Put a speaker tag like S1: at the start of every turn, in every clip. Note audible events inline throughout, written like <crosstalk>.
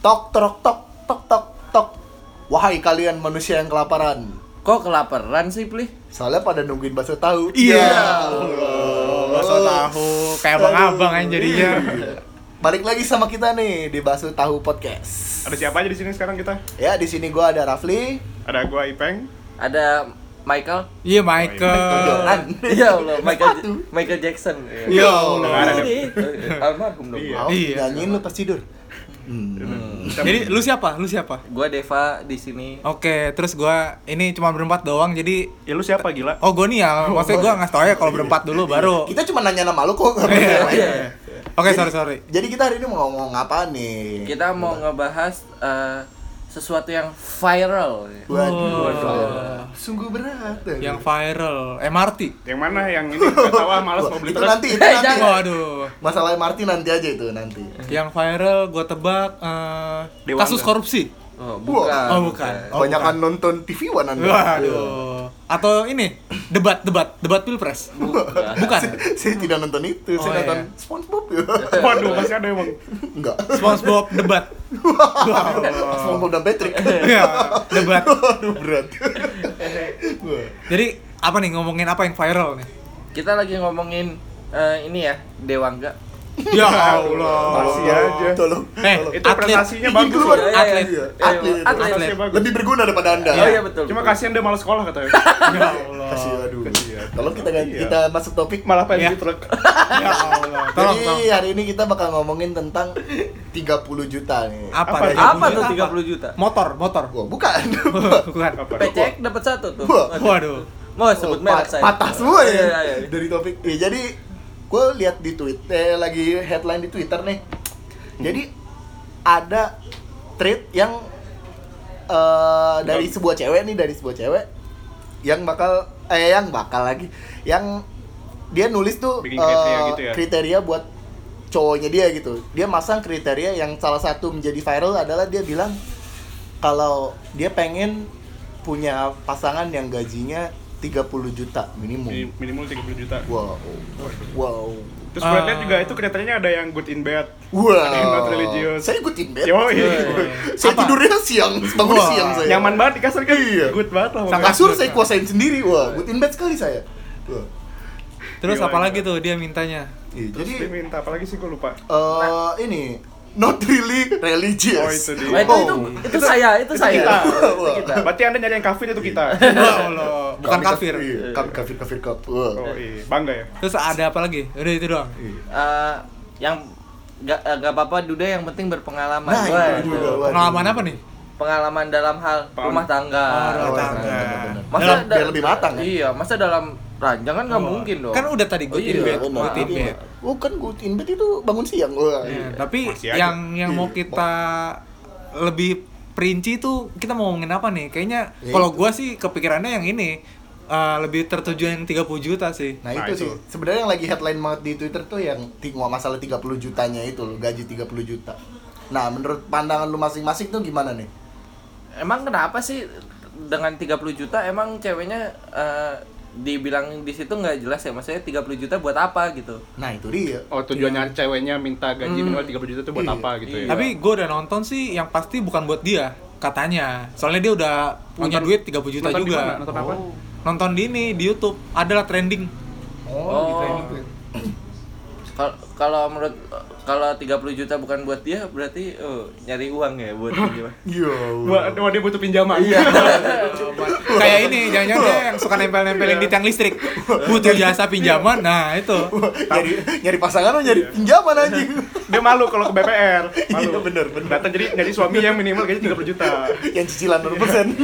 S1: Tok tok tok tok tok tok. Wahai kalian manusia yang kelaparan.
S2: Kok kelaparan sih, Pli?
S1: Soalnya pada nungguin bakso tahu.
S3: Iya.
S1: Iya.
S3: Bakso tahu kayak abang-abang kan jadinya.
S1: Balik lagi sama kita nih di Bakso Tahu Podcast.
S3: Ada siapa aja di sini sekarang kita?
S1: Ya, di sini gua ada Rafli,
S3: Ada gua Ipeng.
S2: Ada Michael?
S4: Iya Michael. Ah,
S1: Jolan.
S2: <laughs> Iya Allah, Michael Ja- Michael Jackson. Iya. Oh,
S4: Yo.
S3: Nggak ada deh.
S2: Almarhum dong.
S3: Iya.
S1: Mau
S4: Iya.
S1: nyanyiin lu pas tidur. Hmm.
S4: Jadi lu siapa? Lu siapa?
S2: Gua Deva di sini.
S4: Oke, terus gua ini cuma berempat doang jadi
S3: ya lu siapa gila?
S4: Oh gue nih ya, maksudnya gue ngasih tau ya kalau berempat dulu baru
S1: Kita cuma nanya nama lu kok. nggak
S4: Iya.
S1: nanya nama.
S2: Iya.
S4: Oke sorry sorry
S1: Jadi kita hari ini mau ngomong apa nih?
S2: Iya. Kita mau ngebahas eh, sesuatu yang viral.
S1: Waduh,
S3: Oh.
S2: Waduh.
S1: sungguh berat.
S4: Yang viral, eh, MRT
S3: Yang mana yang ini nggak tahu ah, malas
S1: Wah,
S3: mau beli
S1: itu
S3: terus.
S1: nanti, itu
S2: Eh,
S1: nanti.
S2: jangan.
S4: Waduh
S1: Masalah Marti nanti aja itu nanti.
S4: Yang viral gue tebak eh,
S3: Dewangga.
S4: kasus korupsi
S2: Oh, bukan.
S4: Oh, bukan. Oh,
S1: Kebanyakan nonton TV One Anda. Iya.
S4: Waduh Atau ini, debat, debat, debat pilpres
S2: Bukan.
S4: Bukan,
S1: Saya tidak nonton itu,
S4: Oh,
S1: saya
S4: iya.
S1: nonton SpongeBob ya.
S3: Waduh, masih ada emang.
S1: Enggak.
S4: Spongebob debat
S1: SpongeBob dan Patrick.
S4: Iya, debat
S1: Aduh berat. Wah.
S4: Jadi apa nih ngomongin apa yang viral nih?
S2: Kita lagi ngomongin eh, ini ya, Dewangga.
S4: <laughs> Ya Allah.
S3: Masih aja.
S1: Tolong.
S4: Eh,
S1: tolong.
S3: Itu
S4: Atlet.
S3: prestasinya
S1: Ini
S3: bagus. ya.
S1: keluar.
S4: Iya,
S2: iya,
S4: Atlet.
S2: iya.
S1: Atlet.
S2: Eh, atlet.
S3: Prestasinya bagus.
S1: Lebih berguna daripada Anda.
S2: Oh iya betul.
S3: Cuma
S2: betul.
S3: kasihan dia malas sekolah katanya.
S4: Ya Allah.
S1: Kasih aduh.
S3: Kasihan.
S1: Tolong kita ganti-
S3: Iya.
S1: kita masuk topik.
S3: Malah pengen
S4: Iya.
S3: beli truk.
S4: Ya Allah. Tolong,
S1: Jadi
S4: tolong.
S1: hari ini kita bakal ngomongin tentang 30 juta nih.
S4: Apa?
S3: Apa?
S4: tiga
S2: Apa
S4: puluh
S2: tuh
S4: juta?
S2: 30 juta?
S4: Motor, motor.
S1: Wah, bukan.
S4: <laughs> Bukan.
S3: Apa?
S2: PCX dapat satu tuh.
S1: Wah. Oh,
S4: Waduh.
S2: Mau Oh, sebut
S1: Pa-
S2: merek saya.
S1: Patah semua ya.
S2: Iya, iya, iya.
S1: Dari topik. Ya, jadi gue lihat di tweet eh, lagi headline di Twitter nih.
S2: Hmm.
S1: Jadi ada tweet yang eh, dari sebuah cewek nih dari sebuah cewek yang bakal eh yang bakal lagi yang dia nulis tuh
S3: Bikin kriteria
S1: eh,
S3: gitu ya?
S1: kriteria buat cowoknya dia gitu. Dia masang kriteria yang salah satu menjadi viral adalah dia bilang kalau dia pengen punya pasangan yang gajinya 30 juta minimum.
S3: Mi- Minimal 30 juta.
S1: Wow. Wow.
S3: Terus gue
S4: Ah.
S3: lihat juga itu kriterianya ada yang good in bed. Ada yang not
S1: Wow.
S3: religious.
S1: Saya ikutin bed.
S3: Yo, iya.
S1: Saya
S4: Apa?
S1: tidurnya siang, bangun
S4: Wah,
S1: siang saya.
S3: Nyaman banget di kasur kan.
S1: Iya.
S3: Good banget lah.
S4: Sangat-
S3: pokoknya.
S1: Kasur saya kuasain sendiri. Wah, ikutin bed sekali saya. Wah.
S4: Terus
S3: Gila,
S4: apalagi
S3: gila.
S4: tuh dia mintanya?
S1: Iya,
S3: Terus
S1: Jadi
S3: dia minta apalagi sih gue lupa.
S1: eh ini not really religious.
S3: Oh, itu dia.
S2: Nah, itu, itu, itu saya, itu, saya.
S1: kita.
S2: Itu kita.
S3: Berarti anda nyari yang kafir itu kita.
S4: Ya Allah. Bukan
S1: Kami
S4: kafir.
S1: iya, Kami kafir kafir kafir.
S3: Oh iya, bangga ya.
S4: Terus ada apa lagi? Udah itu doang.
S1: Iya.
S2: Eh, yang gak, gak apa-apa duda yang penting berpengalaman
S1: Nah,
S2: Wah,
S1: itu
S2: itu.
S1: juga. Waduh.
S4: Pengalaman apa nih?
S2: pengalaman dalam hal
S3: Paham.
S2: rumah tangga
S4: Oh, rumah
S2: Rumah
S4: tangga.
S2: tangga.
S1: Ah, Dalam-
S2: da-
S1: biar lebih matang ya?
S2: iya masa dalam ranjang kan nggak mungkin dong
S4: Kan udah tadi good
S2: Oh,
S4: in
S2: iya,
S4: bed,
S2: benar.
S4: good in bed.
S1: Oh kan good in bed itu bangun siang. Iya. Nah, Wah.
S4: Ya, tapi
S3: Masih aja.
S4: yang yang mau
S1: Iya.
S4: kita lebih perinci tuh kita mau ngomongin apa nih? Kayaknya
S1: Ya
S4: kalau
S1: itu.
S4: gua sih kepikirannya yang ini eh, lebih tertujuan 30 juta sih.
S1: Nah,
S3: Nah,
S1: itu,
S3: itu.
S1: sih. Sebenarnya yang lagi headline banget di Twitter tuh yang ting- masalah 30 jutanya itu loh, gaji 30 juta. Nah, menurut pandangan lu masing-masing tuh gimana nih?
S2: emang kenapa sih dengan 30 juta emang ceweknya eh, dibilang di situ nggak jelas ya maksudnya 30 juta buat apa gitu
S1: Nah, itu dia.
S3: Oh tujuannya ceweknya minta gaji minimal 30 juta itu buat
S1: Iya.
S3: apa gitu ya?
S4: Tapi gue udah nonton sih yang pasti bukan buat dia katanya. Soalnya dia udah punya
S3: Nonton-
S4: duit 30 juta
S3: nonton di
S4: juga.
S3: mana? Nonton apa?
S1: Oh.
S4: Nonton di ini di YouTube adalah trending.
S2: Oh. Kal- kalau menurut eh, kalau 30 juta bukan buat dia berarti oh, nyari uang ya buat dia.
S1: Yo.
S3: Wah, wah, dia butuh pinjaman.
S1: Iya.
S4: Kayak ini jangan-jangan dia yang suka nempel-nempelin di tiang listrik. Butuh jasa pinjaman. Nah, itu.
S1: nyari nyari pasangan lu nyari pinjaman anjing.
S3: <laughs> dia malu kalau ke
S1: <laughs>
S3: BPR. Malu.
S1: Iya, bener, bener.
S3: Datang jadi jadi suami yang minimal gaji 30
S1: <laughs>
S3: juta.
S1: <laughs> yang cicilan 100%.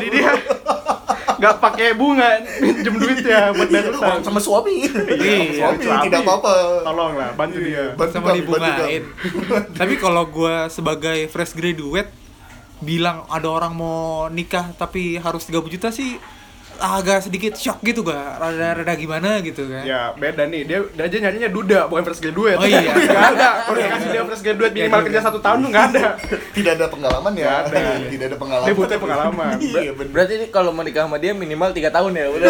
S3: jadi dia nggak pakai bunga minjem duit ya buat bayar
S1: Iya,
S3: utang.
S1: sama suami.
S4: Iya,
S1: Sama suami tidak apa-apa. Iya.
S3: Tolong lah, bantu dia.
S1: Bantu
S4: Sama
S1: kami, bantu kami.
S4: dibungain. Tapi kalau gua sebagai fresh graduate bilang ada orang mau nikah tapi harus 30 juta sih agak sedikit shock gitu gak rada-rada gimana gitu kan
S3: Ya beda nih, dia, dia aja nyarinya duda bukan first grade duet
S4: Oh,
S3: <laughs>
S4: iya.
S3: Gak ada, kalau dikasih dia first grade duet minimal
S4: Iya,
S3: kerja
S4: iya.
S3: satu tahun tuh gak ada
S1: Tidak ada pengalaman ya.
S3: Nggak ada.
S1: Tidak ada pengalaman.
S3: Dia butuh pengalaman.
S1: Iya bener.
S2: Berarti ini kalau menikah sama dia minimal 3 tahun ya udah.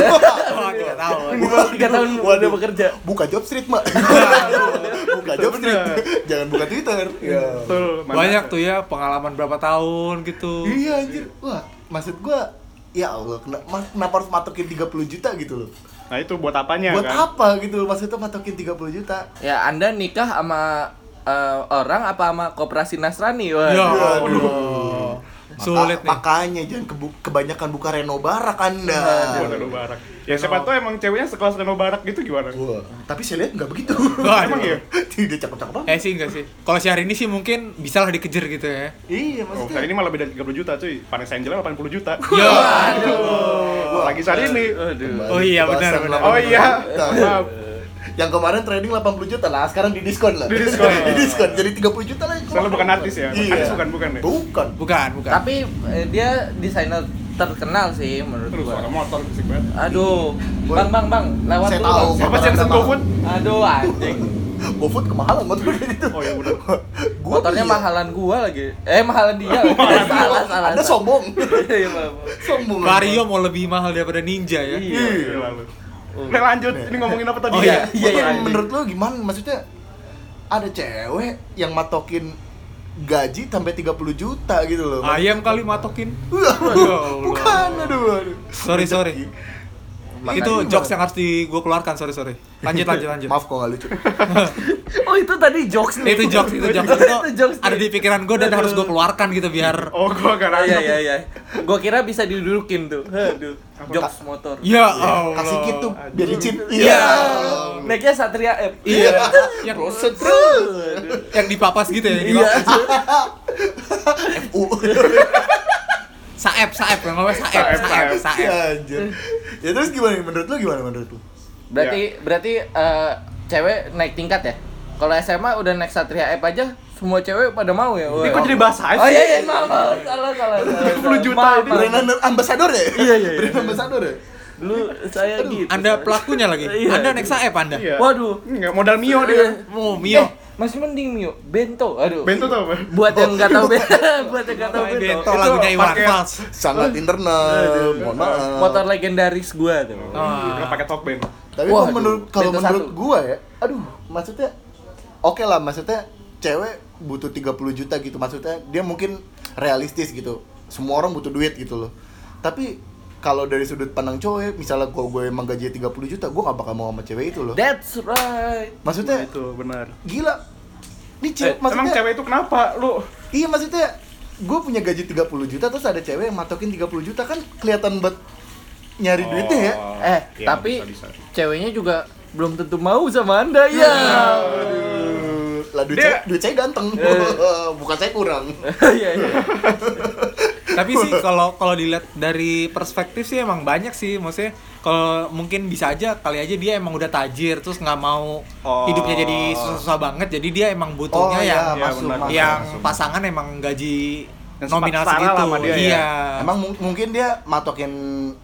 S4: Wah, tidak tahu.
S2: Minimal 3 tahun udah bekerja.
S1: Buka job street,
S3: <laughs>
S1: Mak.
S3: Iya,
S1: buka job street. Jangan buka Twitter. Iya.
S3: Betul, mana
S4: Banyak
S3: ada.
S4: tuh ya pengalaman berapa tahun gitu.
S1: Iya anjir. Wah, maksud gua ya Allah, kena- mas- kenapa harus matokin 30 juta gitu loh?
S3: Nah itu buat apanya
S1: Buat
S3: kan?
S1: apa gitu loh? Maksudnya matokin 30 juta.
S2: Ya Anda nikah sama eh, orang apa sama koperasi Nasrani? Wah.
S4: Ya,
S1: Waduh.
S4: aduh.
S1: Maka-
S4: Sulit nih.
S1: Makanya jangan kebu- kebanyakan buka Reno Barak Anda.
S3: Buat Reno Barak Ya siapa tahu emang ceweknya sekelas Reno Barak gitu gimana?
S1: Wah, tapi saya lihat nggak begitu.
S4: Wah,
S3: Emang iya?
S1: <laughs> Tidak cakep-cakep banget.
S4: Eh sih enggak sih. Kalau si hari ini sih mungkin bisa lah dikejar gitu ya.
S1: Iya,
S3: Oh,
S1: maksudnya.
S3: kali ini malah beda 30 juta cuy. Vanessa Angela 80 juta.
S4: Yo.
S3: Wah, Lagi saat ini.
S1: Kembali
S4: Oh iya,
S1: ke
S4: benar,
S1: pasar
S4: benar.
S1: 80
S3: Oh iya.
S1: juta.
S3: Maaf.
S1: Yang kemarin trading 80 juta lah, sekarang di diskon lah.
S3: Di diskon.
S1: <laughs> Di diskon, jadi 30 juta lah. yang
S3: Soalnya
S1: kemarin.
S3: bukan artis ya.
S1: Iya.
S3: Artis bukan bukan ya.
S1: Bukan.
S4: Bukan, bukan.
S2: Tapi eh, dia desainer terkenal sih menurut
S3: Terus
S2: gua.
S3: suara motor bisik banget.
S2: Aduh,
S1: Gua-
S2: bang bang bang, lewat
S1: Saya
S2: dulu,
S1: tahu.
S2: Bang.
S3: Siapa sih yang
S1: Motor
S3: pesen
S1: apa?
S3: GoFood?
S2: Aduh anjing.
S1: GoFood kemahalan motornya itu.
S3: Oh, iya, benar.
S1: Gua
S2: Motornya
S1: beli ya.
S2: mahalan gua lagi. Eh mahalan dia. salah salah.
S1: Anda
S2: salah.
S1: sombong.
S2: <laughs>
S1: <laughs>
S2: Iya, maaf.
S1: sombong.
S4: Vario mau lebih mahal daripada Ninja ya.
S2: Iya.
S3: Gila lu. Nek lanjut, ini ngomongin apa
S4: Oh,
S3: tadi
S4: iya.
S3: ya?
S1: Iya,
S2: iya, iya.
S1: menurut lu gimana? Maksudnya ada cewek yang matokin gaji sampai 30 juta gitu loh.
S3: Ah, iya.
S4: Ayam kali matokin.
S1: <laughs> Bukan, aduh, aduh.
S4: Sorry, sorry.
S1: Makanya
S4: itu
S1: gimana?
S4: jokes yang harus di gue keluarkan, sorry,
S1: <laughs>
S4: sorry. Lanjut, lanjut, lanjut.
S1: Maaf kok nggak lucu.
S2: Oh itu tadi jokes nih.
S4: itu jokes, itu jokes.
S2: <laughs> Itu jokes ya?
S4: Itu ada di pikiran gue dan harus gue keluarkan gitu
S1: <laughs>
S4: biar
S3: Oh, gua gak
S2: Iya
S3: nangkep.
S2: iya iya. Gua kira bisa didudukin tuh. Aduh. Jokes motor.
S4: Ya Allah.
S1: iya. Kasih gitu biar dicip.
S4: Iya.
S2: Naiknya Satria F.
S4: Iya.
S2: <laughs>
S4: yang
S1: Roset terus.
S4: yang dipapas gitu ya.
S2: Iya.
S4: dipapas.
S1: Uh. <laughs>
S4: Saep, saep, yang namanya saep,
S3: Saep,
S4: saep,
S3: saep.
S4: saep.
S1: Ya, anjir. Ya terus gimana menurut lu gimana menurut lu?
S2: Berarti
S3: Iya.
S4: Iya.
S2: berarti eh, cewek naik tingkat ya. Kalau SMA udah naik Satria F aja semua cewek pada mau ya.
S3: Ini
S2: Wah.
S3: Eh, kok jadi bahasa aja?
S2: Oh iya iya maaf, maaf. salah salah. salah, salah.
S3: 30 juta ini.
S2: Maaf, maaf.
S1: Brand ambassador ya?
S2: Iya, iya,
S1: <laughs>
S2: iya.
S1: Brand ambassador ya?
S2: Dulu saya gitu.
S4: Anda pelakunya lagi.
S2: Iya.
S4: Anda naik saep Anda.
S3: Iya.
S2: Waduh.
S3: Enggak modal Mio dia.
S4: Oh,
S2: Mio.
S4: Mio.
S2: Eh, masih mending Mio. Bento. Aduh.
S3: Bento tuh apa?
S2: Buat yang nggak tahu Bento, <laughs> buat yang nggak tahu
S4: Oh. Main
S2: Bento.
S4: Bento lagunya Iwan
S3: pakai-
S4: Fals.
S1: Sangat internal. Mohon maaf.
S2: Iya, Motor legendaris gua tuh.
S4: Ah.
S3: Enggak pakai talkband.
S1: Tapi
S2: Wah,
S1: kalau menurut
S2: aduh,
S1: kalau
S2: bento
S1: menurut
S2: satu.
S1: gua ya, aduh, maksudnya oke lah maksudnya cewek butuh 30 juta gitu maksudnya dia mungkin realistis gitu. Semua orang butuh duit gitu loh. Tapi kalau dari sudut pandang cowok, ya, misalnya gua gue emang gaji 30 juta, gua gak bakal mau sama cewek itu loh.
S2: That's right.
S1: Maksudnya
S3: itu benar.
S1: gila. Ini
S3: Eh,
S1: cewek
S3: emang
S1: maksudnya
S3: cewek itu kenapa lu?
S1: Iya maksudnya gue punya gaji 30 juta terus ada cewek yang matokin 30 juta kan kelihatan buat nyari
S3: Oh.
S1: duitnya ya.
S2: Eh,
S3: Iya,
S2: tapi
S3: bisa, bisa. Iya.
S2: ceweknya juga belum tentu mau sama Anda ya.
S1: Eh, Lah duit, saya,
S3: Dia-
S1: duit saya ganteng.
S4: Eh.
S1: <laughs> Bukan saya kurang.
S2: <laughs> Iya, iya.
S4: Tapi sih kalau kalau dilihat dari perspektif sih emang banyak sih maksudnya kalau mungkin bisa aja kali aja dia emang udah tajir terus nggak mau
S3: Oh.
S4: hidupnya jadi susah-susah banget jadi dia emang butuhnya
S1: iya,
S4: yang
S3: Iya, benar.
S1: masuk.
S4: yang eh.
S1: masuk.
S4: pasangan emang gaji
S3: Yang
S4: nominal
S3: setara
S4: segitu.
S3: lah sama dia ya.
S4: iya.
S1: Emang mung- mungkin dia matokin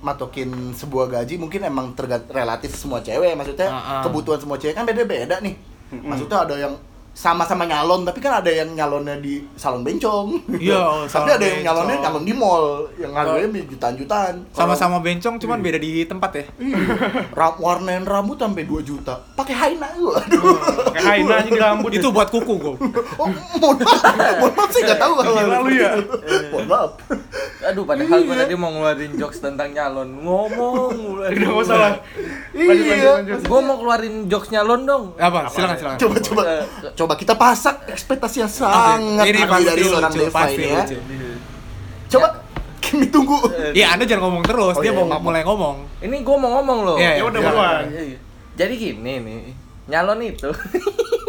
S1: matokin sebuah gaji mungkin emang tergat relatif semua cewek maksudnya
S4: Ah, ah.
S1: kebutuhan semua cewek kan beda-beda nih. Maksudnya ada yang sama-sama nyalon tapi kan ada yang nyalonnya di salon bencong.
S4: Iya,
S1: <laughs> tapi
S4: salon
S1: ada yang nyalonnya
S4: bencong.
S1: nyalon di mall yang harganya jutaan-jutaan.
S4: sama-sama bencong cuman
S1: Iya.
S4: beda di tempat ya.
S3: Iya,
S1: Ram warnain rambut sampai 2 juta. Pakai <laughs> haina lu. Aduh.
S3: Pakai haina aja di
S4: <laughs>
S3: rambut.
S4: Itu buat kuku
S1: Oh,
S4: gue.
S1: mohon maaf. Mohon maaf saya enggak tahu kalau
S3: Gila lu ya.
S4: Eh,
S1: Mohon maaf.
S2: Aduh, padahal gua tadi mau ngeluarin jokes tentang nyalon. Ngomong.
S3: <laughs> Udah enggak salah. Lanjut,
S1: Iya.
S3: lanjut, lanjut.
S2: Gua mau keluarin jokes nyalon dong.
S4: Apa?
S3: ya?
S4: Silakan silakan.
S1: Coba coba coba kita pasak ekspektasi yang sangat
S4: Ini
S1: tinggi
S4: pasti
S1: dari
S4: lucu,
S1: seorang Deva
S4: pasti
S1: ini ya.
S4: lucu.
S1: Coba kami tunggu.
S4: Iya, Anda jangan ngomong terus,
S1: Oh,
S4: dia
S1: iya,
S4: mau
S1: maaf.
S4: mulai ngomong.
S2: Ini gua mau ngomong loh.
S4: Iya,
S3: Ya udah
S1: Iya.
S3: buruan.
S2: Iya, iya. Jadi gini nih, nyalon itu <laughs>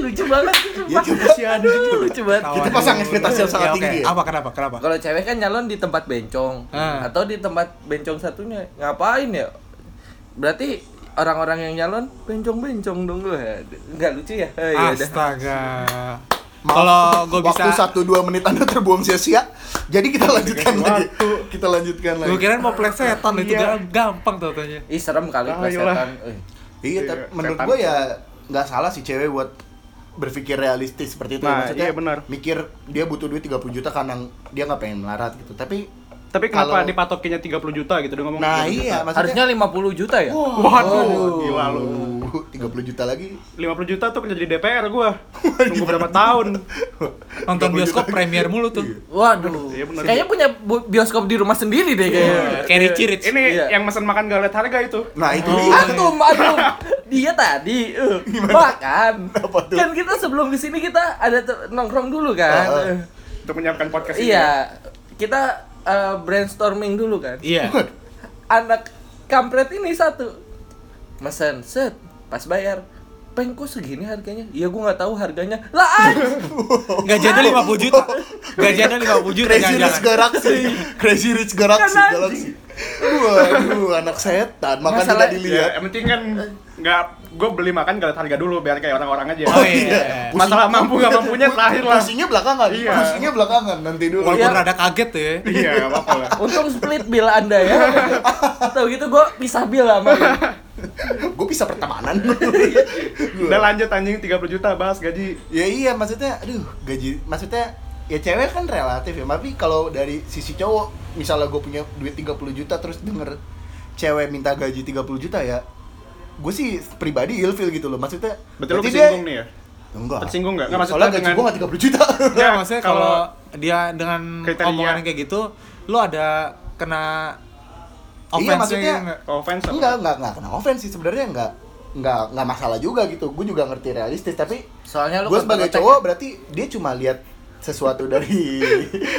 S2: lucu banget.
S1: Ya coba
S3: Si anjing.
S2: Aduh, lucu banget.
S4: Tawa.
S1: kita pasang ekspektasi yang sangat
S4: Iya, gitu. oke.
S1: tinggi ya.
S4: Apa kenapa? Kenapa?
S3: Oh,
S2: Kalau cewek kan nyalon di tempat bencong
S4: Ah.
S2: atau di tempat bencong satunya ngapain ya? Berarti
S3: iya,
S2: orang-orang yang nyalon bencong-bencong dong lu. Aduh, Nggak lucu ya? Eh, ya udah.
S4: Astaga.
S1: Maaf,
S4: Kalau gua bisa-
S1: waktu satu dua menit anda terbuang sia-sia, jadi kita lanjutkan
S3: Dikasih
S1: lagi.
S3: waktu.
S1: Kita lanjutkan lagi.
S4: Gue kira mau plesetan itu
S3: Iya.
S4: ga- gampang tuh tanya.
S2: Ih serem kali
S3: Ayolah.
S2: plesetan. Eh,
S1: Iya, tapi
S3: Iya,
S1: menurut
S3: setan.
S1: gue ya nggak salah sih cewek buat berpikir realistis seperti itu. ya.
S3: Nah,
S1: Maksudnya
S3: iya, benar.
S1: mikir dia butuh duit 30 juta karena dia nggak pengen melarat gitu. Tapi
S3: Tapi kenapa
S1: Kalau-
S3: dipatokinnya 30 juta gitu dia ngomong?
S1: nah
S3: 30 juta.
S1: iya Oh.
S2: harusnya
S1: maksudnya Iya,
S2: 50 juta ya?
S3: Waduh, gila lu.
S1: Waduh, 30 juta lagi.
S3: 50 juta tuh kerja di DPR gua. Nunggu berapa
S1: <laughs>
S3: tahun?
S4: Nonton
S1: 30
S4: bioskop
S1: juta.
S4: premier mulu tuh.
S2: Waduh.
S3: Iya, bener.
S2: Kayaknya punya bu- bioskop di rumah sendiri deh kayaknya.
S4: Kayak Richie Rich.
S3: Ini
S2: Iya.
S3: yang mesen makan gak lihat harga itu.
S1: Nah
S4: Oh,
S1: itu dia.
S2: Antum, antum. Dia tadi eh, makan. Kan kita sebelum kesini kita ada te- nongkrong dulu kan.
S1: Ah, ah.
S2: Eh,
S3: Untuk menyiapkan podcast ini.
S2: Iya, kita eh, brainstorming dulu kan.
S4: Iya.
S2: Anak kampret ini satu. Mesen set, pas bayar. Peng kok segini harganya? Iya gua nggak tahu harganya. Lah ah, anjing.
S4: Gaji ada 50 juta. Gaji ada 50
S1: Iya.
S4: juta
S1: Crazy Rich
S4: jangan-jangan.
S1: Galaxy. Crazy Rich Galaxy.
S2: Kan anjing.
S1: Galaxy. Waduh, anak setan. Makan
S2: Masalah-
S1: tidak
S3: Ya,
S1: dilihat.
S3: yang penting kan nggak gue beli makan gak lihat harga dulu biar kayak orang-orang aja.
S4: Oh, iya.
S1: Pusing-
S3: Masalah mampu nggak mampunya terakhir lah.
S1: Pusingnya belakangan.
S3: Iya.
S1: Pusingnya belakangan nanti dulu.
S4: Walaupun
S2: Iya.
S4: rada kaget tuh ya.
S3: <laughs> Iya, nggak apa-apa lah.
S2: Untung split bill Anda ya. Atau gitu gua pisah bill sama lu.
S1: Gue bisa pertemanan.
S3: <laughs> Udah lanjut anjing 30 juta bahas gaji.
S1: ya iya maksudnya aduh gaji maksudnya ya cewek kan relatif ya tapi kalau dari sisi cowok misalnya gue punya duit 30 juta terus denger cewek minta gaji 30 juta ya gue sih pribadi ilfil gitu loh maksudnya
S3: Berarti lu
S1: berarti dia-
S3: tersinggung nih ya?
S1: enggak Iya,
S3: Tersinggung nggak? Nggak,
S1: soalnya
S3: maksudnya
S1: gaji
S3: dengan-
S1: gue gak 30 juta
S4: Enggak,
S3: Ya,
S4: maksudnya
S3: kalau-
S4: kalau dia dengan
S3: Kriteria.
S4: omongan kayak gitu, lu ada kena
S1: Iya,
S4: offense
S1: maksudnya-
S3: Offense apa?
S1: enggak enggak enggak kena offense sih sebenarnya enggak enggak enggak masalah juga gitu gue juga ngerti realistis tapi
S2: Soalnya lu
S1: gue sebagai
S2: kontak-kontak ya?
S1: cowok berarti dia cuma lihat sesuatu dari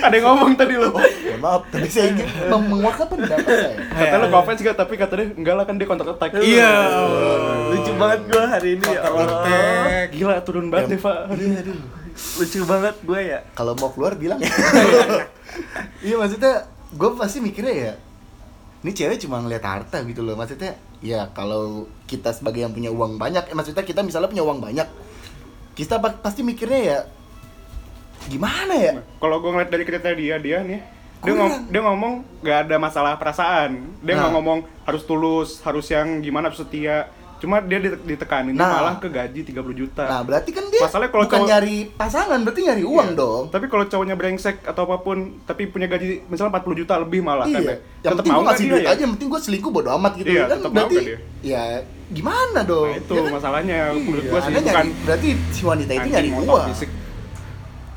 S3: Ada yang ngomong tadi
S1: <laughs>
S3: lu.
S1: oh, mohon maaf tapi saya ingin meng- menguatkan pendapat saya
S3: Kata lu ke offense gak, tapi kata dia enggak lah kan dia kontak attack.
S4: Iya.
S1: Oh.
S2: Lucu banget gue hari ini ya Allah.
S4: Kontak.
S3: Gila turun banget deh, Pak.
S1: Iya, aduh.
S2: Lucu banget gue ya.
S1: Kalau mau keluar bilang ya. Iya maksudnya gue pasti mikirnya ya ini cewek cuma ngeliat harta gitu loh maksudnya ya kalau kita sebagai yang punya uang banyak eh, maksudnya kita misalnya punya uang banyak kita pa- pasti mikirnya ya gimana ya
S3: Kalau gue ngeliat dari kriteria dia nih, dia,
S1: Kurang.
S3: ngom- dia ngomong gak ada masalah perasaan. Dia nggak
S1: Nah.
S3: ngomong harus tulus, harus yang gimana, harus setia. Cuma dia dite- ditekanin
S1: Nah.
S3: malah ke gaji 30 juta.
S1: nah berarti kan dia
S3: Masalahnya kalau
S1: bukan
S3: cowok-
S1: nyari pasangan berarti nyari uang
S3: Iya.
S1: dong
S3: Tapi kalau cowoknya brengsek atau apapun, tapi punya gaji misalnya 40 juta lebih malah
S1: iya
S3: tempe.
S1: yang
S3: Tetep
S1: penting gue
S3: nggak
S1: ngasih
S3: dia
S1: duit
S3: ya?
S1: aja yang penting gue selingkuh bodo amat gitu
S3: Iya,
S1: kan
S3: tetep mau
S1: berarti
S3: nggak dia?
S1: ya gimana dong
S3: Nah, itu
S1: Ya kan?
S3: masalahnya menurut
S1: Iya,
S3: gue sih
S1: Anda
S3: bukan
S1: nyari, berarti si wanita itu
S3: anjing
S1: nyari
S3: ngotot
S1: uang
S3: fisik.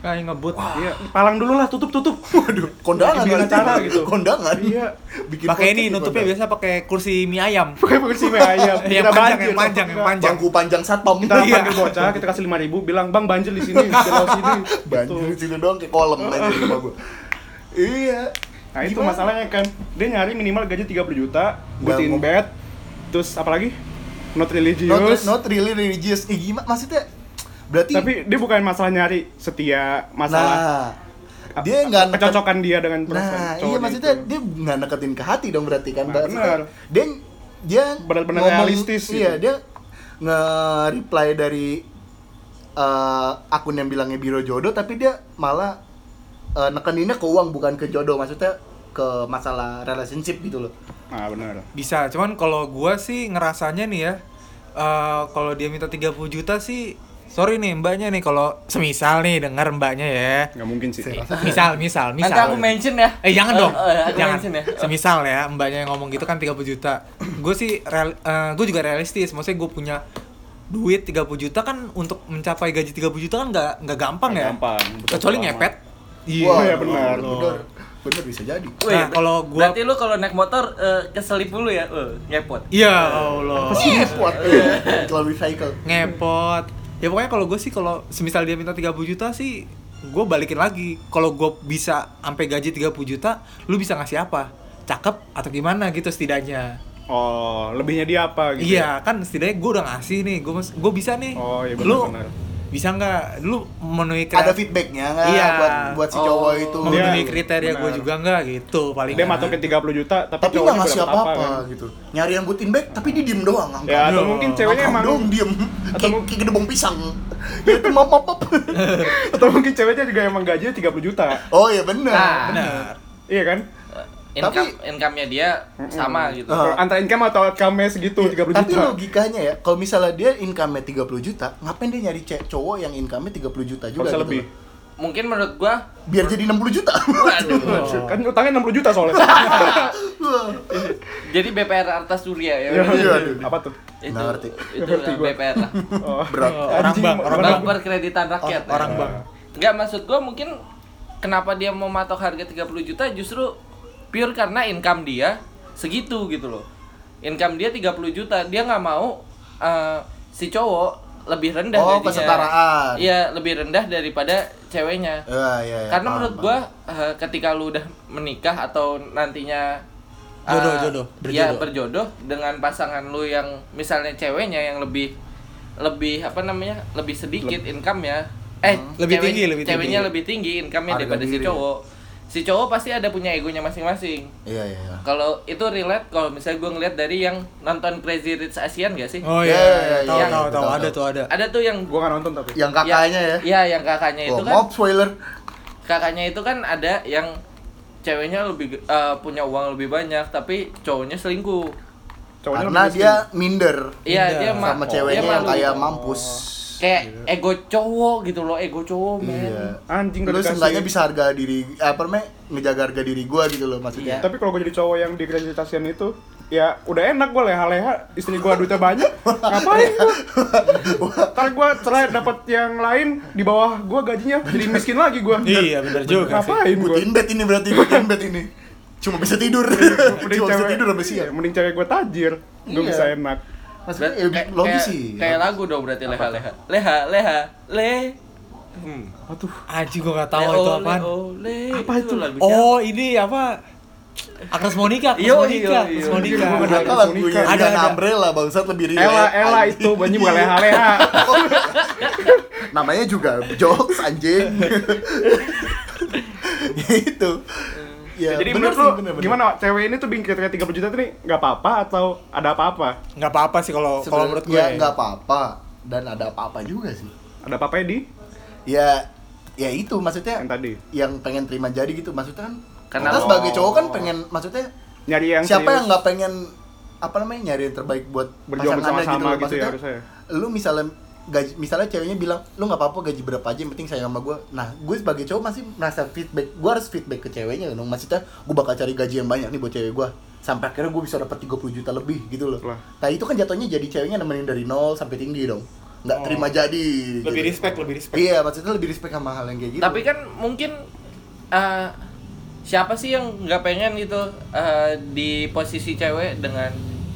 S4: Kayak ngebut.
S3: Iya, palang dulu lah, tutup tutup. <laughs> Waduh.
S1: kondangan
S3: Bikin
S1: kali.
S3: acara gitu.
S1: <laughs> kondangan
S3: Iya.
S1: bikin
S4: Pakai
S1: podcast gitu,
S4: ini
S1: di
S4: nutupnya
S1: kondangan.
S4: biasa pakai kursi mie ayam.
S3: Pakai kursi mie ayam.
S4: Yang
S3: Kita
S4: panjang,
S3: banjir.
S4: yang panjang, yang panjang.
S1: bangku Iya, ya, panjang satpam
S3: Kita
S4: Iya.
S3: panggil bocah, kita kasih 5 ribu, bilang bang banjir di sini, di jalan sini. Gitu.
S1: <laughs> banjir di situ doang kayak kolam aja di rumah gua iya
S3: Nah itu
S1: Gimana?
S3: masalahnya kan, dia nyari minimal gaji 30 juta,
S1: Nggak
S3: good in
S1: mau.
S3: bed, terus apalagi not religious.
S1: not, not really religious eh gimana maksudnya berarti
S3: Tapi dia bukan masalah nyari setia, masalah
S1: nah dia nggak neken-
S3: kecocokan dia dengan perasaan gitu.
S1: nah iya
S3: cowoknya
S1: maksudnya
S3: itu.
S1: dia nggak neketin ke hati dong berarti kan
S3: Nah,
S1: Maksudnya
S3: benar.
S1: dia dia
S3: Benar-benar
S1: ngomong-
S3: realistis gitu.
S1: iya dia nge-reply dari eh, akun yang bilangnya biro jodoh tapi dia malah eh, nekeninnya ke uang bukan ke jodoh maksudnya ke masalah relationship gitu loh
S3: Nah benar.
S4: Bisa, cuman kalau gua sih ngerasanya nih ya, eh, kalau dia minta 30 juta sih, sorry nih mbaknya nih kalau semisal nih dengar mbaknya ya.
S3: Nggak mungkin sih.
S4: Misal, misal, misal.
S2: Nanti aku mention ya.
S4: Eh jangan
S2: Eh,
S4: dong.
S2: eh, aku
S4: jangan.
S2: mention ya.
S4: Semisal ya mbaknya yang ngomong gitu kan 30 juta. gue sih real, gue juga realistis. Maksudnya gue punya duit 30 juta kan untuk mencapai gaji 30 juta kan nggak nggak gampang
S3: Nggak
S4: ya.
S3: gampang, butuh
S4: Kecuali
S3: lama.
S4: ngepet. Iya.
S1: Wah,
S3: iya, benar.
S1: benar benar bisa jadi
S2: Weh,
S4: Nah, kalau gua-
S2: Oh, iya. berarti lu kalau naik motor eh, keselip dulu ya, eh, ngepot.
S4: Ya Allah.
S3: Oh. Iya.
S1: repot kalau recycle
S4: Ngepot. Ya pokoknya kalau gue sih kalau semisal dia minta 30 juta sih gue balikin lagi. Kalau gue bisa sampai gaji 30 juta, lu bisa ngasih apa? Cakep atau gimana gitu setidaknya.
S3: Oh, lebihnya dia apa gitu?
S4: Iya kan setidaknya gue udah ngasih nih, gue gue bisa nih.
S3: Oh, iya benar,
S4: lu
S3: benar.
S4: bisa nggak lu memenuhi
S1: ada
S4: kriteria
S1: feedbacknya nggak
S4: Iya.
S1: buat buat si cowok
S2: Oh.
S1: itu
S3: Dia-
S4: memenuhi kriteria gue
S3: Iya, Benar.
S4: juga nggak gitu paling
S3: Dia matokin 30 juta tapi,
S1: Iya. tapi
S3: cowoknya
S1: nggak ngasih
S3: dapat
S1: apa apa
S3: kan.
S1: gitu nyari yang good in back tapi dia diem doang
S3: Ya
S1: ngangkat
S3: atau
S4: Iya.
S3: mungkin ceweknya
S1: Ngangkat
S3: emang
S1: dong diem
S3: atau
S1: kayak
S3: mungkin-
S1: kayak gedebong pisang <laughs> ya itu mop
S2: <laughs>
S1: mop mop.
S3: atau mungkin ceweknya juga emang gajinya 30 juta.
S1: oh iya benar
S2: Nah.
S4: benar
S3: Iya kan?
S2: income
S1: Tapi-
S2: income-nya dia sama gitu.
S1: Ah.
S3: Antara income atau outcome-nya segitu 30 juta.
S1: Iya. tapi logikanya ya kalau misalnya dia income-nya 30 juta ngapain dia nyari cewek cowok yang income-nya 30 juta juga
S3: Kalau
S1: gitu
S3: lebih.
S1: loh.
S2: Mungkin menurut gua
S1: biar jadi 60 juta <laughs>
S2: waduh.
S4: <laughs>
S1: Iya.
S3: Kan utangnya 60 juta soalnya.
S2: Jadi BPR atas Surya ya.
S3: Iya,
S1: iya.
S3: Apa tuh?
S2: Itu
S1: Nggak ngerti.
S2: itu
S3: Ngerti gua.
S2: BPR lah.
S3: Oh.
S1: Berat.
S4: Orang
S3: Anjing,
S4: bang, orang
S2: Bank perkreditan rakyat.
S4: Or- orang
S2: ya.
S4: bang
S2: Nggak maksud gua mungkin kenapa dia mau matok harga 30 juta justru pure karena income dia segitu gitu loh. Income dia 30 juta, dia nggak mau eh, si cowok lebih rendah
S1: Oh,
S2: gajinya.
S1: kesetaraan.
S2: Iya, lebih rendah daripada ceweknya.
S1: Ah, iya, iya,
S2: Karena
S1: paham,
S2: menurut
S1: paham.
S2: gua eh, ketika lu udah menikah atau nantinya eh,
S4: Jodoh, jodoh,
S2: ya,
S4: berjodoh.
S2: berjodoh dengan pasangan lu yang misalnya ceweknya yang lebih lebih apa namanya? lebih sedikit income ya. Eh,
S4: Lebih tinggi, lebih
S2: Ceweknya
S4: tinggi.
S2: lebih tinggi income-nya
S1: Harga
S2: daripada si
S1: diri.
S2: cowok. Si cowok pasti ada punya egonya masing-masing.
S1: iya iya iya
S2: Kalau itu relate kalau misalnya gua ngeliat dari yang nonton Crazy Rich Asian gak sih?
S4: oh
S1: Iya, iya,
S4: iya tahu
S2: iya.
S4: tahu tahu
S1: Tahu,
S4: ada
S1: tahu.
S4: tuh ada
S2: Ada tuh yang
S3: Gua nggak nonton tapi.
S1: yang kakaknya ya,
S2: Iya, yang kakaknya itu
S1: Oh,
S2: kan
S1: mop spoiler
S2: kakaknya itu kan ada yang ceweknya lebih eh, punya uang lebih banyak tapi cowoknya selingkuh
S3: Cowoknya
S1: karena
S3: lebih
S1: dia minder
S2: iya
S4: Iya,
S2: dia ma-
S1: sama
S2: dia
S1: ceweknya yang
S2: malu
S1: kayak
S2: gitu.
S1: mampus
S2: kayak ego cowok gitu loh ego cowok men
S1: iya
S3: Anjing,
S1: lu
S3: gak dikasih.
S1: seenggaknya bisa harga diri apa namanya ngejaga harga diri gua gitu loh maksudnya
S2: Iya.
S3: Tapi kalau gue jadi cowok yang dikreditasian itu, ya udah enak gue leha-leha, istri gue duitnya banyak, ngapain gue?
S1: <laughs>
S3: Ntar gue cerai dapat yang lain di bawah gue gajinya, jadi miskin lagi gue.
S4: iya benar juga sih
S3: ngapain gue?
S1: Good in bed ini berarti good in bed ini cuma bisa tidur
S3: Iya,
S1: cuma bisa tidur sampai siang
S3: mending cewek gue tajir, gue
S1: Iya.
S3: bisa enak.
S1: maksudnya
S2: Berarti
S1: ya,
S2: kayak-
S1: logis
S2: kayak-
S1: sih
S2: kayak lagu dong berarti leha leha leha leha le hmm.
S3: Aduh,
S4: Aji gue nggak tahu
S2: Leo,
S4: itu apaan
S2: Leo, le.
S3: Apa itu?
S2: lagu siapa?
S4: oh ini apa Akras Monica, Akras
S2: Iya,
S4: Monica,
S2: iya,
S4: Akras
S2: iya.
S4: Monica.
S1: Gua nggak tahu lagunya
S4: Ada,
S1: ada
S4: ada.
S1: umbrella bangsat lebih relate
S3: kan. Iya, Ela, Ela
S1: anjing. <laughs>
S3: itu banyak bukan leha-leha.
S1: namanya juga jokes anjing itu ya,
S3: jadi
S1: bener
S3: menurut lu
S1: sih, bener, bener.
S3: gimana Wak? cewek ini tuh bikin kriteria 30 juta tuh nih nggak apa-apa atau ada apa-apa?
S4: Nggak apa-apa sih kalau kalau menurut gue.
S1: ya nggak apa-apa dan ada apa-apa juga sih
S3: Ada apa-apa di
S1: ya ya itu maksudnya
S3: yang tadi?
S1: yang pengen terima jadi gitu maksudnya kan
S2: Karena
S1: kita
S2: lo-
S1: sebagai cowok kan pengen maksudnya
S3: Nyari yang
S1: siapa yang
S3: serius.
S1: nggak pengen apa namanya nyari yang terbaik buat
S3: Berjuang
S1: pasangannya
S3: bersama-sama
S1: loh.
S3: gitu ya
S1: Maksudnya,
S3: harusnya.
S1: lu misalnya gaji misalnya ceweknya bilang lu nggak apa-apa gaji berapa aja yang penting sayang sama gue nah gue sebagai cowok masih merasa feedback gue harus feedback ke ceweknya dong maksudnya gue bakal cari gaji yang banyak nih buat cewek gue sampai akhirnya gue bisa dapat 30 juta lebih gitu loh
S3: Lah.
S1: nah itu kan jatuhnya jadi ceweknya nemenin dari nol sampai tinggi dong nggak
S4: Oh.
S1: terima jadi
S4: Lebih
S1: gitu.
S4: respect, lebih respect.
S1: iya maksudnya lebih respect sama hal yang kayak gitu
S2: Tapi kan mungkin eh, siapa sih yang nggak pengen gitu eh, di posisi cewek dengan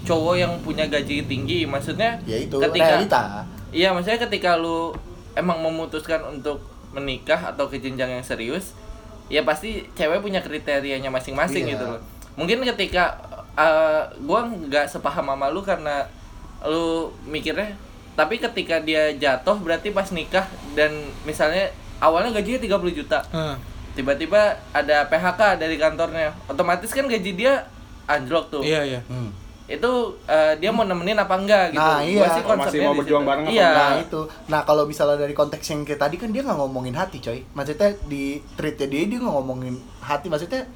S2: cowok yang punya gaji tinggi? Maksudnya
S1: ya itu
S2: ketika
S1: realita
S2: Iya, maksudnya ketika lu emang memutuskan untuk menikah atau ke jenjang yang serius, ya pasti cewek punya kriterianya masing-masing
S1: Iya.
S2: gitu loh. Mungkin ketika eh, gua nggak sepaham sama lu karena lu mikirnya tapi ketika dia jatuh berarti pas nikah dan misalnya awalnya gajinya 30 juta
S4: Heeh.
S2: tiba-tiba ada PHK dari kantornya otomatis kan gaji dia anjlok tuh
S4: Iya, iya.
S1: Hmm.
S2: itu eh, dia mau nemenin apa enggak gitu
S1: Nah, iya.
S2: Gua sih
S1: Oh,
S2: konsepnya
S3: masih mau
S2: di
S3: berjuang
S2: situ.
S3: bareng apa
S2: iya.
S1: Nah itu, nah kalau misalnya dari konteks yang kayak tadi kan dia nggak ngomongin hati coy Maksudnya di treatnya dia, dia nggak ngomongin hati Maksudnya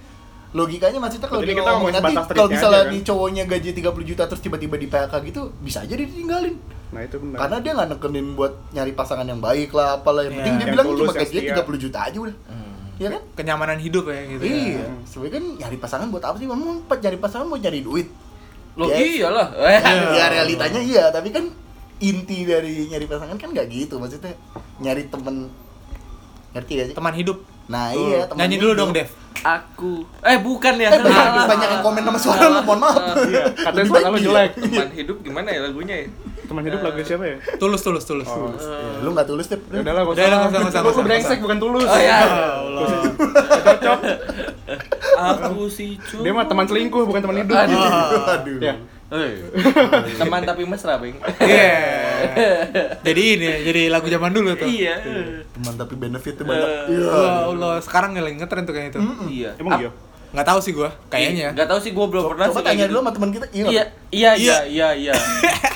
S1: logikanya maksudnya kalau
S3: Jadi
S1: dia
S3: kita
S1: ngomongin hati
S3: ngomongin sebatas
S1: Kalau
S3: treatnya
S1: misalnya
S3: aja kan?
S1: di cowoknya gaji 30 juta terus tiba-tiba di PHK gitu Bisa aja dia ditinggalin
S3: Nah itu benar.
S1: Karena dia nggak nekenin buat nyari pasangan yang baik lah apalah Yang
S4: Iya.
S1: penting dia
S3: Yang
S1: bilang
S3: tulus,
S1: cuma
S3: yang
S1: gajinya
S3: setia.
S1: 30 juta aja udah Iya kan?
S4: Kenyamanan hidup ya gitu. ya.
S1: Iya, sebenarnya kan nyari pasangan buat apa sih? Memang nyari pasangan buat nyari duit Gitu.
S2: Loh iya.
S1: Yes.
S2: iyalah.
S1: <laughs>
S2: Eh,
S3: Iya.
S1: ya realitanya iya tapi kan inti dari nyari pasangan kan nggak gitu maksudnya nyari temen ngerti gak sih
S4: Teman hidup.
S1: nah iya temen
S4: Nyanyi dulu
S1: hidup.
S4: dong, Dev.
S2: Aku eh bukan ya.
S1: eh banyak,
S2: salah.
S1: banyak yang komen sama suara lu mohon maaf <laughs>
S3: Iya, katanya
S1: Lebih
S3: suara
S1: baik
S3: lu
S1: dia.
S3: jelek.
S2: Teman hidup gimana ya lagunya ya?
S3: Teman hidup lagu siapa ya?
S4: Tulus, tulus, tulus.
S3: Oh.
S1: Ya, lu nggak tulus deh
S3: Ya
S1: <laughs>
S3: udah lah, gak
S4: Udah lah, nggak usah, nggak usah,
S3: Lu
S4: nggak usah.
S3: brengsek bukan tulus.
S2: Oh
S4: Ya
S2: iya.
S3: Cocok.
S2: Aku si cowok.
S3: Dia mah teman selingkuh <laughs> bukan teman hidup.
S2: Aduh.
S1: aduh
S3: Ya.
S2: Eh, Teman tapi mesra, Bang.
S4: Iya. jadi ini ya, jadi lagu zaman dulu tuh
S2: iya
S1: Teman tapi benefitnya banyak.
S2: Eh,
S1: Iya.
S4: Wah, Allah, sekarang yang lagi ngetren tuh kayak itu.
S1: Hmm?
S2: iya
S3: Emang iya?
S4: Nggak tahu sih gua, kayaknya. ya?
S2: Gak tahu sih gue belum pernah
S1: Coba
S2: sih kayak
S1: tanya
S2: gitu.
S1: dulu sama teman kita. Iya.
S2: Iya,
S1: nggak?
S2: iya, iya, iya, iya,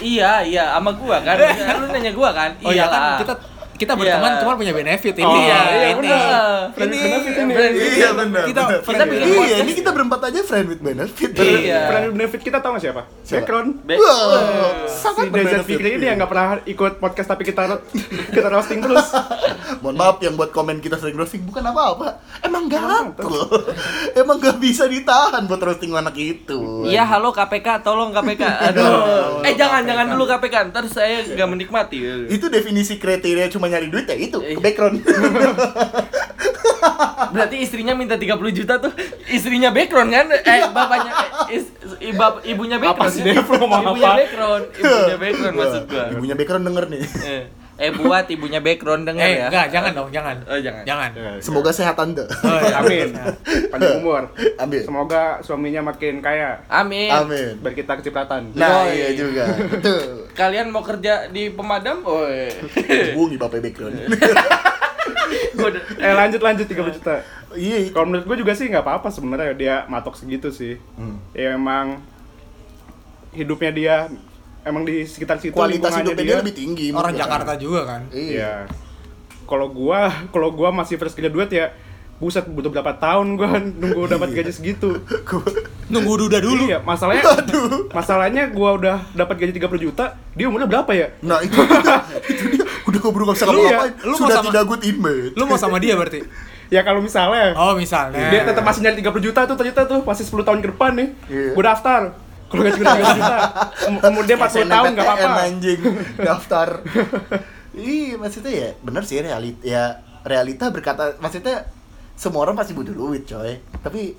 S2: iya, iya, sama gua kan, Kan lu nanya gua kan,
S4: Oh iya
S2: Iyalah.
S4: kan kita kita berteman
S2: Iya.
S4: cuma punya benefit ini.
S3: Oh,
S4: ya,
S3: iya,
S4: ini.
S2: benar.
S3: Friend with benefit ini.
S1: Iya benar.
S4: Kita-
S1: benar.
S4: kita bikin
S1: Iya,
S2: podcast.
S1: ini kita berempat aja friend with benefit.
S2: Iya.
S3: Friend with benefit kita tahu nggak siapa?
S1: Siapa?
S3: Background.
S2: Be-
S1: Wah, sangat
S3: Si Dezat
S1: berbenefit.
S3: Fikri ini yang nggak pernah ikut podcast tapi kita kita roasting terus.
S1: Mohon maaf yang buat komen kita sering roasting bukan apa-apa. Emang gak loh. <laughs> Emang gak bisa ditahan buat roasting anak itu.
S2: Iya, halo KPK, tolong KPK. Aduh. eh jangan jangan dulu KPK, ntar saya nggak menikmati.
S1: Itu definisi kriteria cuma nyari duit ya itu,
S2: Iya. <laughs>
S1: background.
S2: Berarti istrinya minta 30 juta tuh istrinya background kan? Eh bapaknya eh, is- ibab- ibunya background.
S3: sih,
S2: kan?
S3: Dev? Lu mau
S2: Ibunya
S3: apa?
S2: background, ibunya background
S1: <laughs>
S2: maksud gua.
S1: Wah, Ibunya background denger nih.
S2: Eh, eh buat ibunya background denger
S4: Eh,
S2: ya.
S4: enggak, Ya. jangan dong, jangan.
S2: Oh, jangan.
S4: Jangan.
S1: Semoga sehat Anda.
S4: Oh, iya.
S1: <laughs>
S3: Eh, Amin. Panjang umur.
S1: Amin.
S3: Semoga suaminya makin kaya.
S2: Amin.
S1: Amin.
S3: Biar kita kecipratan.
S1: Nah,
S2: Yoi.
S1: iya juga. Betul.
S2: Kalian mau kerja di pemadam? Oi.
S1: Hubungi Bapak background.
S2: Iya. Gua udah-
S3: Eh lanjut lanjut 30 juta.
S1: Iya.
S3: Kalau menurut gue juga sih nggak apa-apa sebenarnya dia matok segitu sih.
S1: Hmm.
S3: Ya emang hidupnya dia emang di sekitar situ
S1: Kualitas
S3: lingkungannya
S1: hidupnya dia lebih tinggi.
S4: Orang
S1: mungkin.
S4: Jakarta juga kan.
S1: Iya.
S3: Iya. Kalau gua, kalau gua masih fresh kerja duit ya, buset butuh berapa tahun gua nunggu dapat gaji
S1: <laughs>
S3: segitu.
S4: Nunggu duda dulu.
S3: Iya, masalahnya masalahnya gua udah dapat gaji 30 juta, dia umurnya berapa ya?
S1: Nah, itu dia. itu dia. Udah keburu gak bisa
S4: Lu ya,
S1: ngapa-ngapain.
S4: lu mau
S1: Sudah
S4: sama-
S1: tidak good in mate.
S4: Lu mau sama dia berarti?
S3: Ya kalau misalnya
S4: Oh, misalnya.
S3: dia tetap masih nyari 30 juta tuh ternyata tuh masih 10 tahun ke depan nih.
S1: Iya.
S3: Gua daftar. Kalau gaji gua 30 juta, um- umur dia 40 tahun nggak apa-apa.
S1: SNMPTN, anjing <laughs> daftar. Iya, maksudnya ya benar sih realita ya realita berkata maksudnya semua orang pasti butuh duit, coy. Tapi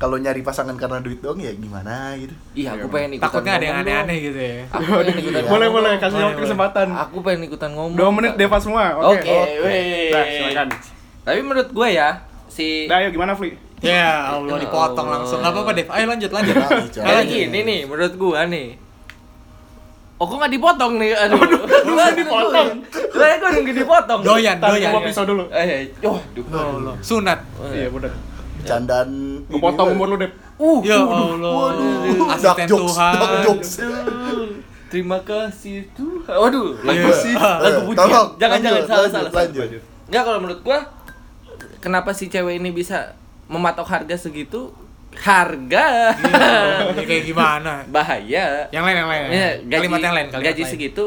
S1: kalau nyari pasangan karena duit doang ya gimana gitu.
S2: Iya, aku pengen ikutan.
S4: Takutnya ada yang
S2: ngomong dong.
S4: aneh-aneh gitu ya.
S2: Aku
S3: Waduh,
S2: pengen ikutan
S3: boleh
S2: ngomong
S3: boleh
S2: dong.
S3: kasih
S4: Boleh,
S3: waktu
S4: boleh.
S3: kesempatan.
S2: Iya. Aku pengen ikutan ngomong.
S3: 2 menit Deva semua. Oke.
S2: Oke, weh.
S3: Nah, silakan.
S2: Tapi menurut gue ya, si
S3: Nah, ayo gimana, Fli?
S4: Ya Allah dipotong langsung. Gak apa-apa Dev. Ayo lanjut lanjut.
S1: Lagi, coy.
S2: kayak
S1: Lanjut.
S2: gini nih, menurut gue nih. Oh, kok nggak dipotong nih? Aduh, <laughs> aduh, dipotong. Lah, gue nunggu dipotong.
S4: Doyan,
S3: Taruh
S4: doyan.
S3: gua pisau dulu.
S2: Eh, oh, aduh. ya?
S4: Allah. Sunat.
S3: Iya, bener.
S1: Candaan
S3: Gue potong umur lu, Dep.
S2: Uh,
S4: Ya
S2: uh,
S4: Allah.
S1: Waduh, dark
S4: Asisten
S1: jokes, dark
S4: Tuhan.
S1: jokes.
S2: Aduh, Terima kasih Tuhan. Waduh, lagu
S4: Iya.
S2: sih,
S4: Ah,
S2: lagu pujian.
S1: ya, Eh, tolong,
S2: Jangan jangan
S1: lanjut,
S2: salah
S1: lanjut,
S2: salah.
S1: lanjut.
S2: salah. Enggak kalau menurut gua kenapa si cewek ini bisa mematok harga segitu? Harga.
S4: Iya, Kayak gimana?
S2: Bahaya.
S4: Yang lain yang lain.
S2: Ya,
S4: kalimat Eh, yang lain, kalimat
S2: gaji
S4: lain.
S2: segitu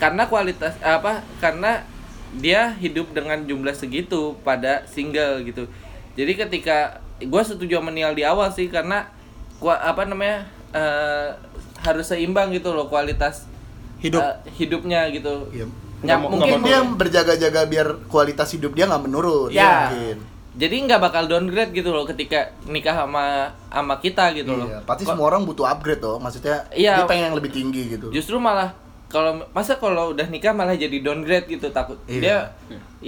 S2: karena kualitas apa karena dia hidup dengan jumlah segitu pada single gitu jadi ketika gua setuju sama Nial di awal sih karena gua apa namanya eh, harus seimbang gitu loh kualitas
S4: Hidup.
S2: eh, hidupnya gitu
S1: Iya.
S2: Ya,
S3: Nggak mau-
S2: mungkin
S1: Mungkin
S3: nggak
S1: dia
S2: dia
S1: berjaga-jaga biar kualitas hidup dia nggak menurun.
S2: Ya.
S1: Iya, Mungkin.
S2: jadi nggak bakal downgrade gitu loh ketika nikah sama sama kita gitu loh
S1: Iya, pasti semua orang butuh upgrade loh. Maksudnya
S2: Iya.
S1: dia pengen yang lebih tinggi gitu.
S2: justru malah kalau masa kalau udah nikah malah jadi downgrade gitu takut
S1: Iya.
S2: dia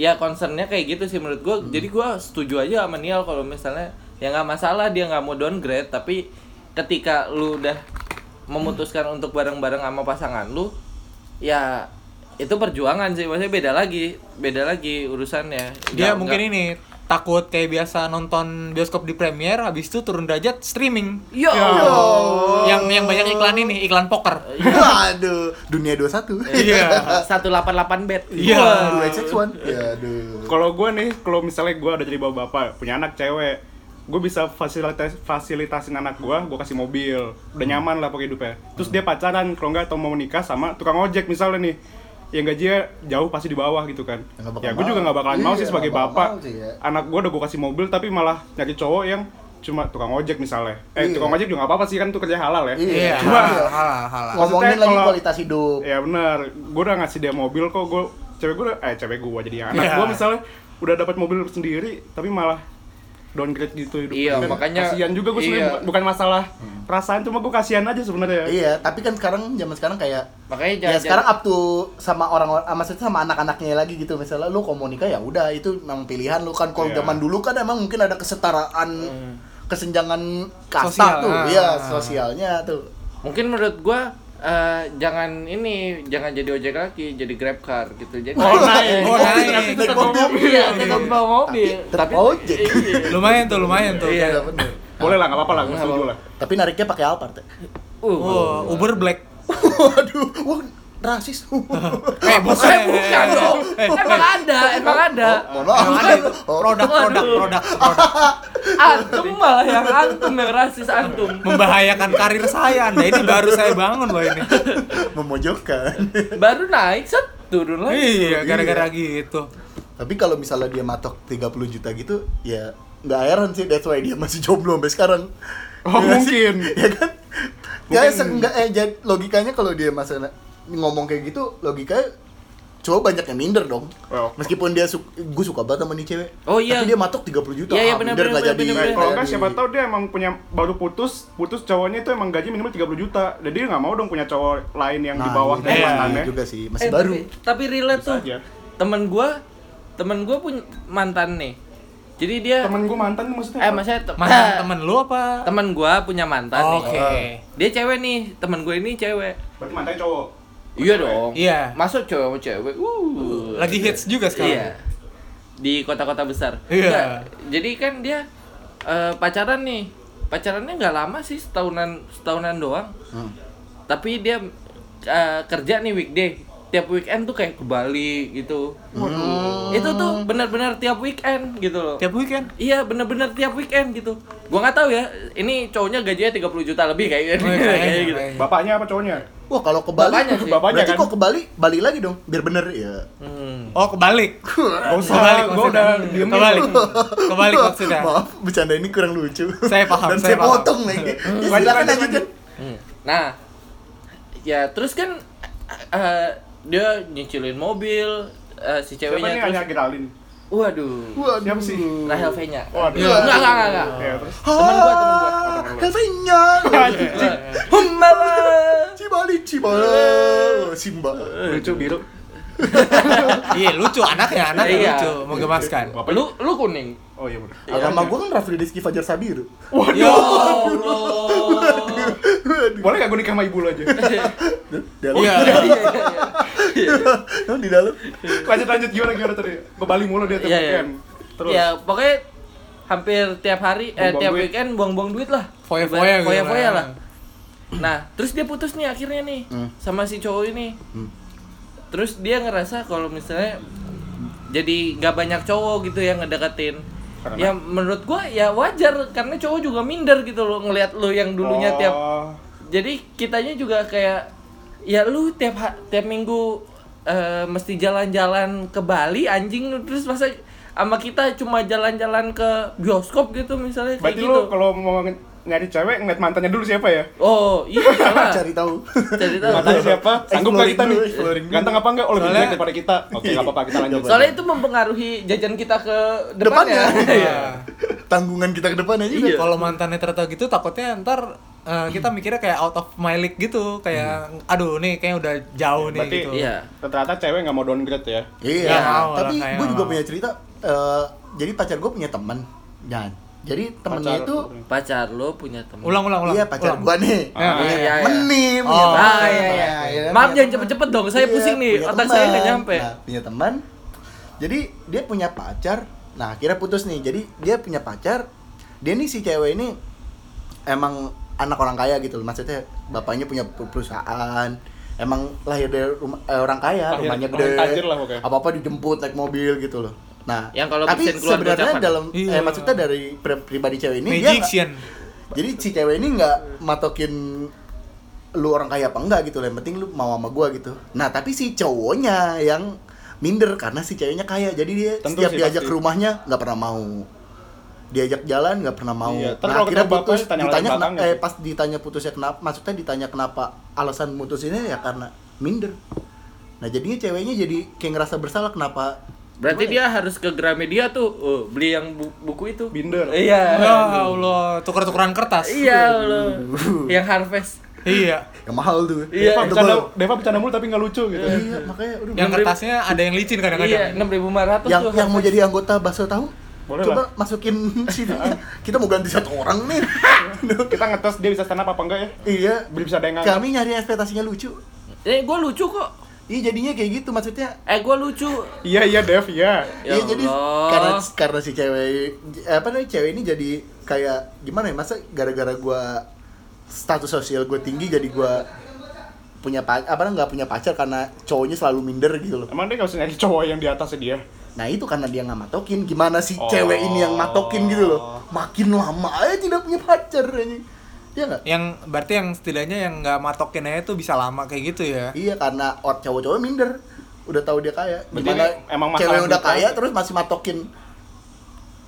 S2: ya concernnya kayak gitu sih menurut gua jadi gua setuju aja sama Nial kalau misalnya ya nggak masalah dia nggak mau downgrade tapi ketika lu udah memutuskan untuk bareng-bareng sama pasangan lu ya itu perjuangan sih maksudnya beda lagi beda lagi urusannya
S4: Dia
S2: Nggak-
S4: mungkin
S2: nggak-
S4: ini takut kayak biasa nonton bioskop di premier habis itu turun derajat streaming.
S2: yo,
S3: Ya.
S4: Yang yang banyak iklan ini, iklan poker.
S1: Aduh, dunia 21. <laughs>
S2: <laughs>
S4: Iya.
S2: 188 bet
S4: Iya.
S2: Wah.
S1: Dua XX one. Ya, aduh.
S3: Kalau gue nih, kalau misalnya gue udah jadi bapak-bapak, punya anak cewek, gue bisa fasilitas fasilitasin anak gue, gue kasih mobil, udah
S1: Hmm.
S3: nyaman lah pokoknya hidupnya. Terus dia pacaran, kalau nggak atau mau menikah sama tukang ojek misalnya nih, yang gajinya jauh pasti di bawah gitu kan.
S1: Ya, nggak bakal
S3: Ya gue juga
S1: mau.
S3: nggak bakalan mau
S1: Iya,
S3: sih sebagai
S1: nggak bakal
S3: bapak.
S1: mau sih, ya.
S3: Anak gue udah gue kasih mobil, tapi malah nyari cowok yang cuma tukang ojek misalnya. Eh
S1: Iya.
S3: tukang ojek juga nggak apa-apa sih kan tuh kerja halal ya.
S1: Iya.
S4: Iya.
S3: Cuma-
S4: Halal, halal, halal.
S1: Ngomongin
S3: Maksudnya
S1: lagi
S3: kalau-
S1: kualitas hidup.
S3: Ya benar, gue udah ngasih dia mobil kok gue cewek gue eh cewek gue jadi anak
S4: Iya.
S3: gue misalnya udah dapat mobil sendiri tapi malah downgrade gitu hidup
S2: Iya, makanya-
S3: kasihan juga gue sebenarnya
S2: iya.
S3: bu- bukan masalah perasaan cuma gue kasihan aja sebenarnya
S1: Iya, tapi kan sekarang zaman sekarang kayak
S2: makanya
S1: ya
S2: jangan-
S1: sekarang up to sama orang ah, maksudnya sama anak-anaknya lagi gitu misalnya lu komunika ya udah itu memang pilihan lu kan kalau
S3: Iya.
S1: zaman dulu kan emang mungkin ada kesetaraan kesenjangan kasta
S4: Sosial,
S1: tuh
S4: ah.
S1: iya sosialnya tuh
S2: mungkin menurut gua eh, jangan ini jangan jadi ojek lagi jadi grab car gitu <laughs> jadi
S3: Oh,
S2: Eh,
S3: naik.
S4: Oh, naik.
S2: tapi tetap
S1: Naik
S2: bawa
S1: mobil.
S2: mobil iya tetap bawa mobil
S1: Tapi tetap ojek.
S2: iya.
S4: lumayan tuh lumayan tuh
S2: Iya.
S1: Iya, bener.
S3: Boleh lah, nggak apa-apa lah, gue setuju lah.
S1: Tapi nariknya pakai Alphard. ya?
S2: uh,
S4: Wah, Uber Black
S1: <laughs> Waduh, wah rasis.
S4: eh bukan
S2: Eh, bukan dong emang ada emang ada
S1: Mohon
S4: Emang ada
S1: maaf.
S4: itu
S1: <laughs> Oh,
S4: produk produk produk produk
S2: antum malah yang antum yang rasis antum
S4: membahayakan karir saya anda ini baru saya bangun loh ini
S1: memojokkan.
S2: baru naik set turun lagi
S4: iya gara-gara gitu
S1: <laughs> Tapi kalau misalnya dia matok 30 juta gitu, ya nggak heran sih that's why dia masih jomblo sampai sekarang.
S3: Oh,
S1: nggak sih?
S3: mungkin.
S1: <laughs> ya kan? Ya enggak eh jadi logikanya kalau dia masa ngomong kayak gitu, logikanya cowok banyak yang minder dong.
S3: Well.
S1: Meskipun dia su gue suka banget sama nih cewek.
S2: Oh, iya.
S1: Tapi dia matok 30 juta.
S2: Iya, iya,
S1: ah,
S2: benar,
S1: minder
S2: benar,
S1: nggak
S2: benar,
S1: jadi. nggak
S2: benar, benar.
S3: Nah, Kalau enggak
S1: jadi.
S3: siapa tahu dia emang punya baru putus, putus cowoknya itu emang gaji minimal 30 juta. Jadi dia nggak mau dong punya cowok lain yang di
S1: Nah,
S3: bawah
S1: iya,
S3: kekuatannya.
S1: iya juga sih,
S2: Eh,
S1: masih baru.
S2: tapi, tapi relate tuh
S3: aja.
S2: temen gua temen gua punya mantan nih jadi dia
S3: Temen gue mantan tuh
S2: eh
S3: maksudnya. apa?
S2: maksudnya te- <laughs>
S4: mantan temen lu apa Oh,
S2: temen Iya. gua punya mantan
S4: oke
S2: nih dia cewek nih temen gue ini cewek
S3: Berarti mantannya cowok.
S2: iya dong
S4: Iya.
S2: masuk cewek sama cewek uh
S4: lagi hits
S2: iya
S4: juga sekarang
S2: di kota-kota besar
S4: Iya.
S2: Nggak, jadi kan dia eh, pacaran nih pacarannya nggak lama sih setahunan setahunan doang
S1: Hmm.
S2: tapi dia eh, kerja nih weekday tiap weekend tuh kayak ke Bali gitu itu tuh benar-benar tiap weekend gitu loh
S4: Hmm. tiap weekend
S2: Iya bener-bener tiap weekend gitu Gua nggak tahu ya Ini cowoknya gajinya 30 juta lebih kayaknya
S4: Oh, iya,
S2: <laughs> Kayak
S4: kayaknya,
S2: gitu.
S4: kayaknya.
S3: Bapaknya apa cowoknya?
S1: Wah, kalau ke Bali,
S2: Bapaknya sih.
S3: Bapaknya
S1: berarti
S3: kan.
S1: kok ke Bali, Bali lagi dong, biar bener ya.
S2: Hmm.
S4: oh kebalik
S3: Gak usah,
S4: kebalik
S3: gue udah
S4: maksudnya Hmm,
S3: diem
S4: kebalik kebalik maksudnya
S1: Maaf, bercanda ini kurang lucu.
S4: Saya paham,
S1: Dan saya,
S4: saya paham.
S1: potong lagi. Ya,
S3: Lanjut,
S1: silakan
S3: lanjut,
S1: lanjutkan.
S3: lanjut.
S2: Hmm. Nah, ya terus kan eh, eh, dia nyicilin mobil eh, si
S3: Siapa
S2: ceweknya
S3: nih
S2: terus,
S3: hanya Geraldine?
S2: waduh,
S1: Waduh.
S3: Siapa sih?
S2: Rahel V nya,
S3: Waduh.
S2: enggak enggak enggak enggak,
S3: Ya, terus.
S2: temen gua temen gua,
S1: Ah, Helvenya.
S2: Enggak. Humala.
S1: Cibali, Cibali. Oh, Simba.
S3: Lucu biru.
S4: iya lucu anaknya anaknya
S2: Iya.
S4: lucu menggemaskan
S2: lu lu kuning,
S3: Oh iya bener.
S1: Agama gua kan Rafli Rizky Fajar Sabiru.
S4: yo
S2: <laughs> Allah. Iya.
S3: Boleh gak gue nikah sama ibu lo
S4: <laughs>
S3: aja?
S1: Dalam.
S4: iya
S1: <laughs> Di dalam.
S3: lanjut lanjut gimana gimana tadi? Ke Bali mulu dia tiap
S2: Iya, iya.
S3: weekend. Terus.
S2: Ya pokoknya hampir tiap hari, eh
S3: Buang-buang
S2: tiap
S3: duit.
S2: weekend buang-buang duit lah,
S4: Foya-foya gitu
S2: Foya-foya lah.
S4: lah.
S2: Nah, terus dia putus nih akhirnya nih
S1: Hmm.
S2: sama si cowok ini.
S1: Hmm.
S2: Terus dia ngerasa kalau misalnya jadi nggak banyak cowok gitu yang ngedeketin. Ya
S3: Karena?
S2: menurut gua ya wajar karena cowok juga minder gitu loh ngelihat lo yang dulunya tiap
S3: Oh,
S2: jadi kitanya juga kayak ya lu tiap ha- tiap minggu eh, mesti jalan-jalan ke Bali anjing lu terus masa sama kita cuma jalan-jalan ke bioskop gitu misalnya kayak
S3: Berarti
S2: gitu.
S3: lu kalau mau nge- nyari cewek ngeliat mantannya dulu siapa ya?
S2: Oh,
S3: <laughs>
S2: iya lah.
S1: Cari tahu.
S2: Cari tahu.
S3: Mantannya siapa? Sanggup gak
S1: Exploring
S3: kita nih?
S1: dulu, exploring dulu.
S3: Ganteng apa enggak? Oh, lebih
S4: Soalnya-
S3: jelek daripada kita. Oke, nggak apa-apa kita lanjut.
S2: Soalnya itu mempengaruhi jajan kita ke
S1: Depannya.
S2: depannya. <laughs> Iya.
S1: Tanggungan kita ke depannya juga.
S4: kalau mantannya ternyata gitu takutnya ntar eh,
S2: Hmm.
S4: kita mikirnya kayak out of my league gitu kayak aduh nih kayaknya udah jauh nih
S3: Berarti-
S4: gitu
S2: Iya.
S3: Ternyata cewek nggak mau downgrade ya.
S1: Iya,
S4: Nggak mau lah,
S1: tapi
S4: kayak
S1: gue
S4: nggak
S1: juga
S4: mau.
S1: punya cerita. eh, jadi pacar gue punya teman. Dan jadi temennya
S3: Pacar.
S1: itu
S2: Pacar lo punya teman.
S4: ulang ulang ulang
S1: iya pacar
S4: ulang.
S1: gue nih.
S4: Ah,
S2: Iya, iya, iya.
S1: Menim. gitu.
S4: Oh.
S2: Ah, iya, iya, iya. Maaf, jangan cepet-cepet dong, saya
S1: Iya,
S2: pusing nih, otak saya nggak nyampe.
S1: Nah, punya teman. Jadi dia punya pacar. Nah, akhirnya putus nih. Jadi dia punya pacar. Dia nih si cewek ini emang anak orang kaya gitu loh. Maksudnya bapaknya punya per- perusahaan. Emang lahir dari rumah, eh, orang kaya,
S3: Lahir
S1: rumahnya
S3: orang
S1: gede.
S3: tajir lah pokoknya.
S1: Apa-apa dijemput naik mobil gitu loh. Nah,
S2: Yang kalau
S1: tapi
S2: bersihin keluar
S1: sebenarnya
S2: gocapan.
S1: dalam eh,
S4: Iya.
S1: maksudnya dari pri- pribadi cewek ini dia nggak-
S4: Magician
S1: jadi si cewek ini nggak matokin lu orang kaya apa enggak gitu lah. yang penting lu mau sama gua gitu nah tapi si cowoknya yang minder karena si ceweknya kaya jadi dia
S3: Tentu
S1: setiap
S3: sih,
S1: diajak
S3: pasti.
S1: ke rumahnya nggak pernah mau diajak jalan nggak pernah mau
S3: Iya, ntar
S1: nah
S3: kalau
S1: akhirnya
S3: ketemu
S1: putus
S3: bapaknya, tanya latar
S1: ditanya kena-
S3: belakangnya
S1: eh
S3: sih.
S1: pas ditanya putusnya kenapa maksudnya ditanya kenapa alasan mutusinnya ya karena minder nah jadinya ceweknya jadi kayak ngerasa bersalah kenapa
S2: Berarti
S1: Gimana
S2: dia harus ke Gramedia tuh, oh, beli yang bu- buku itu.
S3: Binder.
S2: Iya.
S4: ya Allah tukar tukaran kertas
S2: Iya
S1: <laughs>
S2: lo. Yang harvest.
S4: iya
S1: ya mahal tuh
S2: Iya,
S1: Tebel.
S3: Deva bercanda, Deva bercanda mulu tapi nggak lucu gitu.
S1: iya makanya aduh,
S4: yang kertasnya ada yang licin
S2: Iya,
S4: kadang-kadang
S2: 6500
S1: yang
S2: tuh.
S1: yang mau jadi anggota bakso tahu
S3: Boleh
S1: coba
S3: lah.
S1: masukin sini kita mau ganti satu orang nih
S3: kita ngetes dia bisa stand up apa enggak ya
S1: Iya.
S3: belum bisa ada yang ngangkat.
S1: Kami nyari ekspektasinya lucu.
S2: Eh, gue lucu kok.
S1: Iya jadinya kayak gitu maksudnya.
S2: Eh, gue lucu.
S3: iya iya Dev iya
S2: Ya
S1: Iya jadi
S2: Allah.
S1: karena karena si cewek apa namanya cewek ini jadi kayak gimana ya masa gara-gara gua status sosial gue tinggi jadi gua punya pa- apa namanya, nggak punya pacar karena cowoknya selalu minder gitu loh.
S3: emang dia gak usah nyari cowok yang di atasnya dia
S1: Nah itu karena dia nggak matokin gimana si
S3: Oh.
S1: cewek ini yang matokin gitu loh. Makin lama aja tidak punya pacar anjing. Iya nggak?
S4: yang berarti yang setidaknya yang nggak matokin aja tuh bisa lama kayak gitu ya
S1: Iya karena or cowok-cowok minder udah tahu dia kaya.
S3: Berarti
S1: Gimana
S3: ini emang masalah
S1: cewek yang udah
S3: mental
S1: kaya
S3: ya?
S1: terus masih matokin.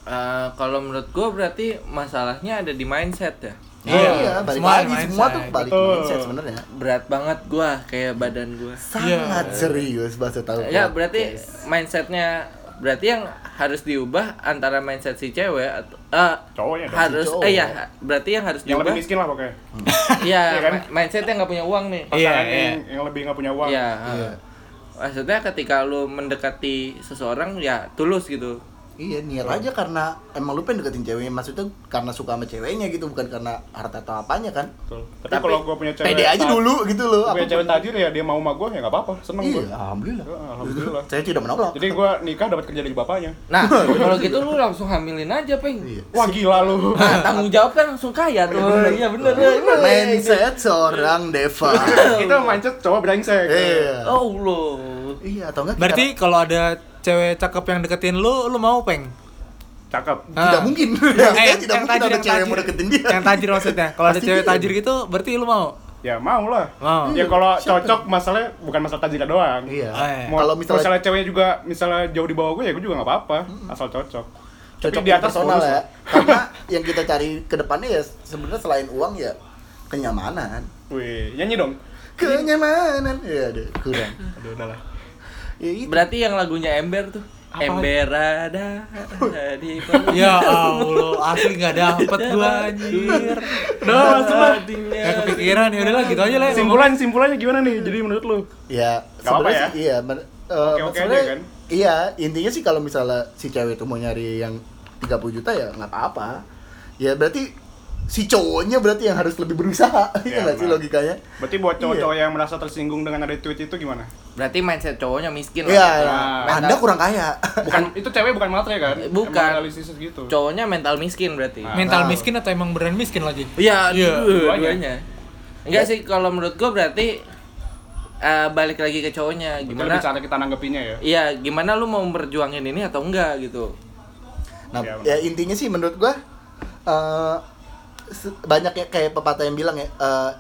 S2: Eh, kalau menurut gue berarti masalahnya ada di mindset ya.
S1: Iya, balik
S4: semua
S1: lagi
S4: mindset.
S1: semua tuh balik
S3: Betul. Iya.
S1: mindset sebenarnya.
S2: Berat banget gua kayak badan gua.
S1: Sangat serius bahasa tahu.
S2: Ya, berarti mindsetnya berarti yang harus diubah antara mindset si cewek atau eh,
S3: Cowoknya dong, si
S2: harus
S1: cowok.
S2: eh ya berarti yang harus
S3: yang
S2: diubah
S3: lebih miskin lah pokoknya
S1: Hmm.
S3: <laughs>
S2: ya
S3: Iya kan?
S2: mindset yang nggak punya uang nih
S4: Iya,
S3: pasangan
S4: iya.
S3: yang, yang lebih nggak punya uang
S2: Iya. Maksudnya ketika lu mendekati seseorang ya tulus gitu.
S1: Iya niat aja karena emang lu pengen deketin ceweknya maksudnya karena suka sama ceweknya gitu bukan karena harta atau apanya kan.
S3: Betul. tapi,
S2: Tapi
S3: kalau gue punya cewek
S1: Pede aja
S3: taj-
S1: dulu gitu loh.
S3: gua punya
S1: apapun.
S3: cewek tajir ya dia mau sama gue ya nggak apa-apa seneng
S1: Iya,
S3: gue
S1: alhamdulillah.
S3: Alhamdulillah.
S1: Saya tidak menolak.
S3: jadi gue nikah dapat kerja dari bapaknya
S2: <laughs> Nah, kalau gitu lu langsung hamilin aja, Peng.
S1: Iya.
S3: wah gila
S1: <laughs>
S3: lu
S2: Nah, tanggung jawab kan langsung kaya tuh. Iya bener.
S1: Mindset seorang Deva.
S3: kita mindset cowok brengsek
S1: Iya.
S2: Oh, Allah.
S1: Iya atau enggak? kita-
S4: berarti kalau ada cewek cakep yang deketin lu lu mau peng
S3: cakep
S1: <laughs> tidak
S4: Ah.
S1: mungkin.
S4: yang,
S1: Nah, Maksudnya
S4: eh,
S1: tidak
S4: yang
S1: mungkin
S4: tajir,
S1: ada
S4: yang
S1: cewek yang mau
S4: tajir.
S1: deketin dia.
S4: yang tajir maksudnya kalau ada
S1: Pasti
S4: cewek
S1: iya.
S4: tajir gitu berarti lu mau
S3: ya mau lah
S4: Mau.
S3: ya kalau cocok masalahnya bukan masalah tajir doang
S1: <laughs> Iya.
S4: Ah, iya.
S3: Mau-
S1: Kalau misalnya Hmm.
S3: ceweknya juga misalnya jauh di bawah gue ya gue juga nggak apa-apa asal cocok
S1: cocok
S3: Tapi di atas
S1: personal
S3: bonus
S1: ya.
S3: lah.
S1: Karena yang kita cari ke depannya ya sebenarnya selain uang ya kenyamanan.
S3: Wih, nyanyi dong.
S1: Kenyamanan. Ya ada kurang.
S3: Aduh, udah lah.
S1: Ya itu.
S2: Berarti yang lagunya Ember tuh. Ember ada di kolong.
S4: ya Allah asli nggak dapet gua anjir
S3: Udah, langsung lah.
S2: Hatinya.
S4: nggak kepikiran ya udahlah gitu aja lah
S1: Eh,
S3: Simpulan, simpulannya gimana nih? Jadi menurut lu?
S1: Ya
S3: Gak apa-apa
S1: sebenarnya
S3: ya?
S1: sih iya. men- eh,
S3: Oke-oke aja
S1: sebenarnya-
S3: kan?
S1: Iya, intinya sih kalau misalnya si cewek itu mau nyari yang 30 juta ya nggak apa-apa. Ya berarti si cowoknya berarti yang harus lebih berusaha. <laughs> Iya
S3: Ya,
S1: nggak sih
S3: benar.
S1: logikanya?
S3: Berarti buat
S1: Iya.
S3: cowok-cowok yang merasa tersinggung dengan ada tweet itu gimana?
S2: Berarti mindset cowoknya miskin lah.
S1: Iya,
S2: gitu.
S1: ya.
S3: Nah,
S2: Mental-
S1: Anda kurang kaya. <laughs>
S3: Bukan itu cewek bukan matre kan?
S2: Bukan.
S3: Emang analisis gitu.
S2: Cowoknya mental miskin berarti.
S3: Ah.
S4: mental miskin atau emang beneran miskin lagi
S2: Nah. Iya,
S4: Iya,
S2: dua-
S3: duanya.
S2: duanya. Enggak sih kalau menurut gua berarti eh, balik lagi ke cowoknya gimana?
S3: Gimana cara kita nanggepinnya ya?
S2: Iya, gimana lu mau memperjuangin ini atau enggak gitu.
S1: Nah,
S3: Ya, benar.
S1: ya intinya sih menurut gua eh, se- banyak ya kayak pepatah yang bilang ya eh,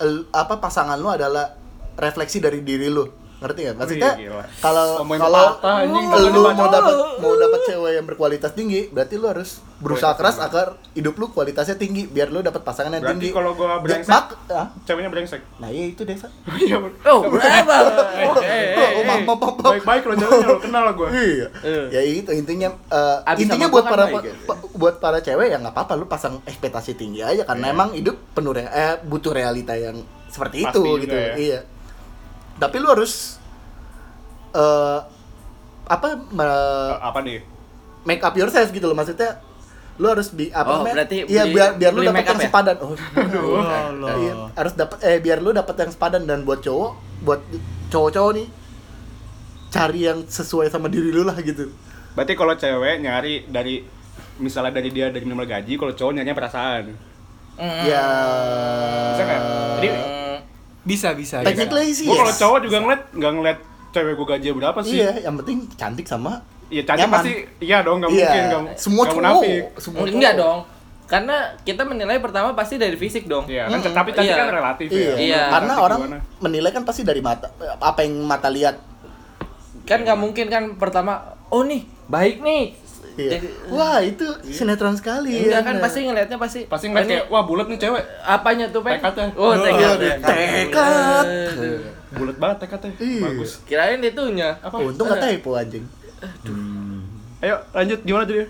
S1: el- apa pasangan lu adalah refleksi dari diri lu. Ngerti nggak? Maksudnya
S3: Wih, gila.
S1: kalau
S3: Ngomongin
S1: kalau
S3: pepatah, anjing,
S1: lu
S3: ngomongin
S1: mau
S3: pepatah.
S1: dapat mau dapat cewek yang berkualitas tinggi, berarti lu harus berusaha keras agar hidup lu kualitasnya tinggi biar lu dapat pasangan yang
S3: Berarti
S1: tinggi.
S3: kalau gua
S1: Ja-
S3: brengsek-
S1: mak- ah,
S3: Ceweknya <laughs> brengsek.
S1: Nah, iya itu Desa.
S3: Iya, Eh, bener.
S2: Oh, berapa?
S1: Oh, maaf, maaf, maaf, maaf.
S3: Baik-baik lo ceweknya lo kenal lah gua.
S1: Iya.
S2: Eh.
S1: Ya itu intinya eh,
S2: Abis
S1: intinya
S2: sama
S1: buat
S2: gua
S1: para
S2: kan baik, ya?
S1: pa- buat para cewek ya nggak apa-apa lu pasang ekspektasi tinggi aja karena emang hidup penuh re- eh, butuh realita yang seperti
S3: Pasti
S1: itu
S3: juga
S1: gitu.
S3: ya.
S1: Iya. Tapi lu harus eh apa me-
S3: Eh, Apa nih?
S1: make up yourself gitu loh maksudnya lu harus bi apa
S2: Oh,
S1: namanya?
S2: berarti
S1: Iya,
S2: beli-
S1: biar biar lu
S2: beli
S1: dapat
S2: make up
S1: yang
S2: ya?
S1: sepadan. Oh,
S3: <laughs>
S4: Aduh.
S1: iya. harus dapat eh biar lu dapat yang sepadan dan buat cowok buat cowok-cowok nih cari yang sesuai sama diri lu lah gitu.
S3: Berarti kalau cewek nyari dari misalnya dari dia dari minimal gaji, kalau cowok nyarinya perasaan.
S2: Mm.
S1: Ya.
S3: Bisa nggak? ya? Jadi
S2: Mm.
S4: bisa bisa bisa.
S1: Technically sih.
S3: gua
S1: yes.
S3: kalau cowok juga ngeliat nggak ngeliat cewek gua gaji berapa sih?
S1: Iya, yang penting cantik sama
S3: Iya, cantik
S1: Nyaman.
S3: pasti iya dong, nggak
S1: Iya,
S3: mungkin nggak
S1: semua
S3: nggak
S1: cowok,
S3: munafik.
S1: semua cowok.
S2: Mm, Enggak dong. Karena kita menilai pertama pasti dari fisik dong.
S3: Iya, kan
S1: Mm-mm.
S3: tapi cantik
S2: Iya.
S3: kan relatif
S1: Iya,
S3: ya.
S2: Iya.
S1: karena
S3: Cantik
S1: orang
S3: gimana.
S1: menilai kan pasti dari mata apa yang mata lihat.
S2: Kan nggak mungkin kan pertama oh nih baik nih.
S1: Iya.
S2: Jadi-
S1: Wah, itu sinetron sekali.
S2: Enggak
S1: ya.
S2: kan pasti ngelihatnya pasti
S3: Pasti ngeliat
S2: ini
S3: kayak "Oh, ya. wah bulat nih cewek.
S2: apanya tuh Peng?
S3: Tekadnya.
S2: Oh, tekad.
S1: Aduh, tekad.
S2: Aduh.
S3: Bulat banget tekadnya.
S1: Iya.
S3: Bagus.
S2: iya. Kirain itunya.
S3: Apa?
S1: Untung nggak typo anjing.
S3: Ayo lanjut gimana tadi?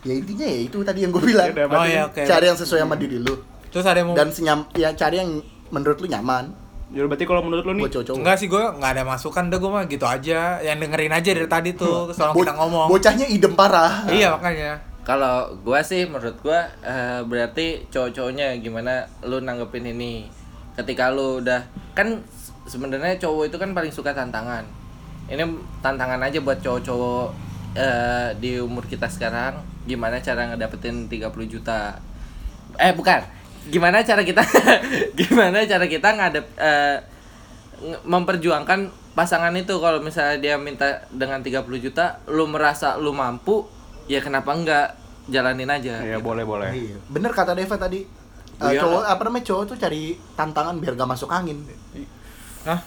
S1: Ya intinya ya itu tadi yang gue bilang.
S3: Yaudah,
S4: oh ya oke
S1: Cari yang sesuai sama diri lu
S4: terus ada yang mau
S1: dan senyam ya cari yang menurut lu nyaman
S3: Ya berarti kalau menurut lu nih
S1: buat cowok.
S4: Enggak sih gue nggak ada masukan deh gue mah gitu aja yang dengerin aja dari tadi tuh selama kita ngomong
S1: Bocahnya idem parah.
S4: iya makanya
S2: Kalau gua sih menurut gua eh, berarti cowok-cowoknya gimana lu nanggepin ini. Ketika lu udah kan se- sebenarnya cowok itu kan paling suka tantangan. Ini tantangan aja buat cowok-cowok eh, di umur kita sekarang gimana cara ngedapetin 30 juta. Eh bukan. Gimana cara kita <laughs> gimana cara kita ngadep eh, nge- memperjuangkan pasangan itu kalau misalnya dia minta dengan 30 juta lu merasa lu mampu ya kenapa enggak jalanin aja
S3: Iya,
S2: gitu.
S3: boleh boleh.
S1: Iya. Bener kata Deva tadi. Eh,
S3: Oh,
S2: Iya.
S1: cowok apa namanya cowok tuh cari tantangan biar gak masuk angin.
S4: Hah?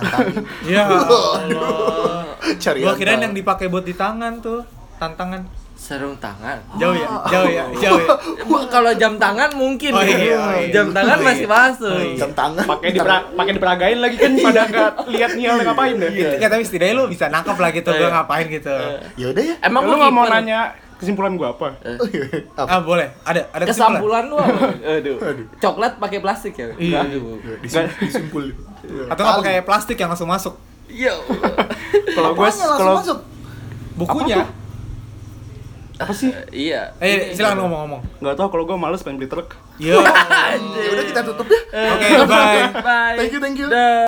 S1: Antangin.
S4: <laughs> Ya
S1: <laughs>
S4: Allah.
S1: cari
S4: Gua kirain
S1: antang.
S4: yang dipakai buat di tangan tuh, tantangan.
S2: sarung tangan
S4: Jauh ya,
S1: Ah.
S4: jauh ya,
S1: <laughs>
S4: jauh ya.
S2: Bu, kalau jam tangan mungkin
S4: Oh,
S2: ya.
S4: iya, oh, iya.
S2: jam tangan
S4: Oh, iya.
S2: masih masuk
S4: Oh, iya.
S1: jam tangan.
S3: Pakai dipera- pakai diperagain lagi
S1: Iya.
S3: kan pada nggak lihat nial ngapain deh.
S4: Itu kan tapi setidaknya lu bisa nangkep lah gitu, gua ngapain gitu.
S1: Ya udah ya.
S2: emang
S3: lu
S2: lu
S3: nggak mau
S2: kiper?
S3: nanya kesimpulan gua apa?
S1: Apa?
S4: Ah boleh, ada
S1: Ya,
S4: ada kesimpulan.
S2: kesampulan lu apa?
S4: <laughs>
S2: aduh coklat pakai plastik ya
S4: Iya.
S2: aduh
S1: Disim- disimpul.
S4: Atau nggak pakai plastik yang langsung masuk?
S2: Yo.
S3: Kalau gua
S1: Apanya langsung
S3: kalau
S1: masuk?
S4: Bukunya?
S3: apa sih?
S2: iya
S4: Eh silakan ngomong-ngomong.
S3: Nggak tahu kalau gua males pengen beli truk.
S4: Yo.
S1: Ya udah kita tutup deh.
S4: Oke, bye.
S2: bye
S1: Thank you, thank you.
S2: Dah.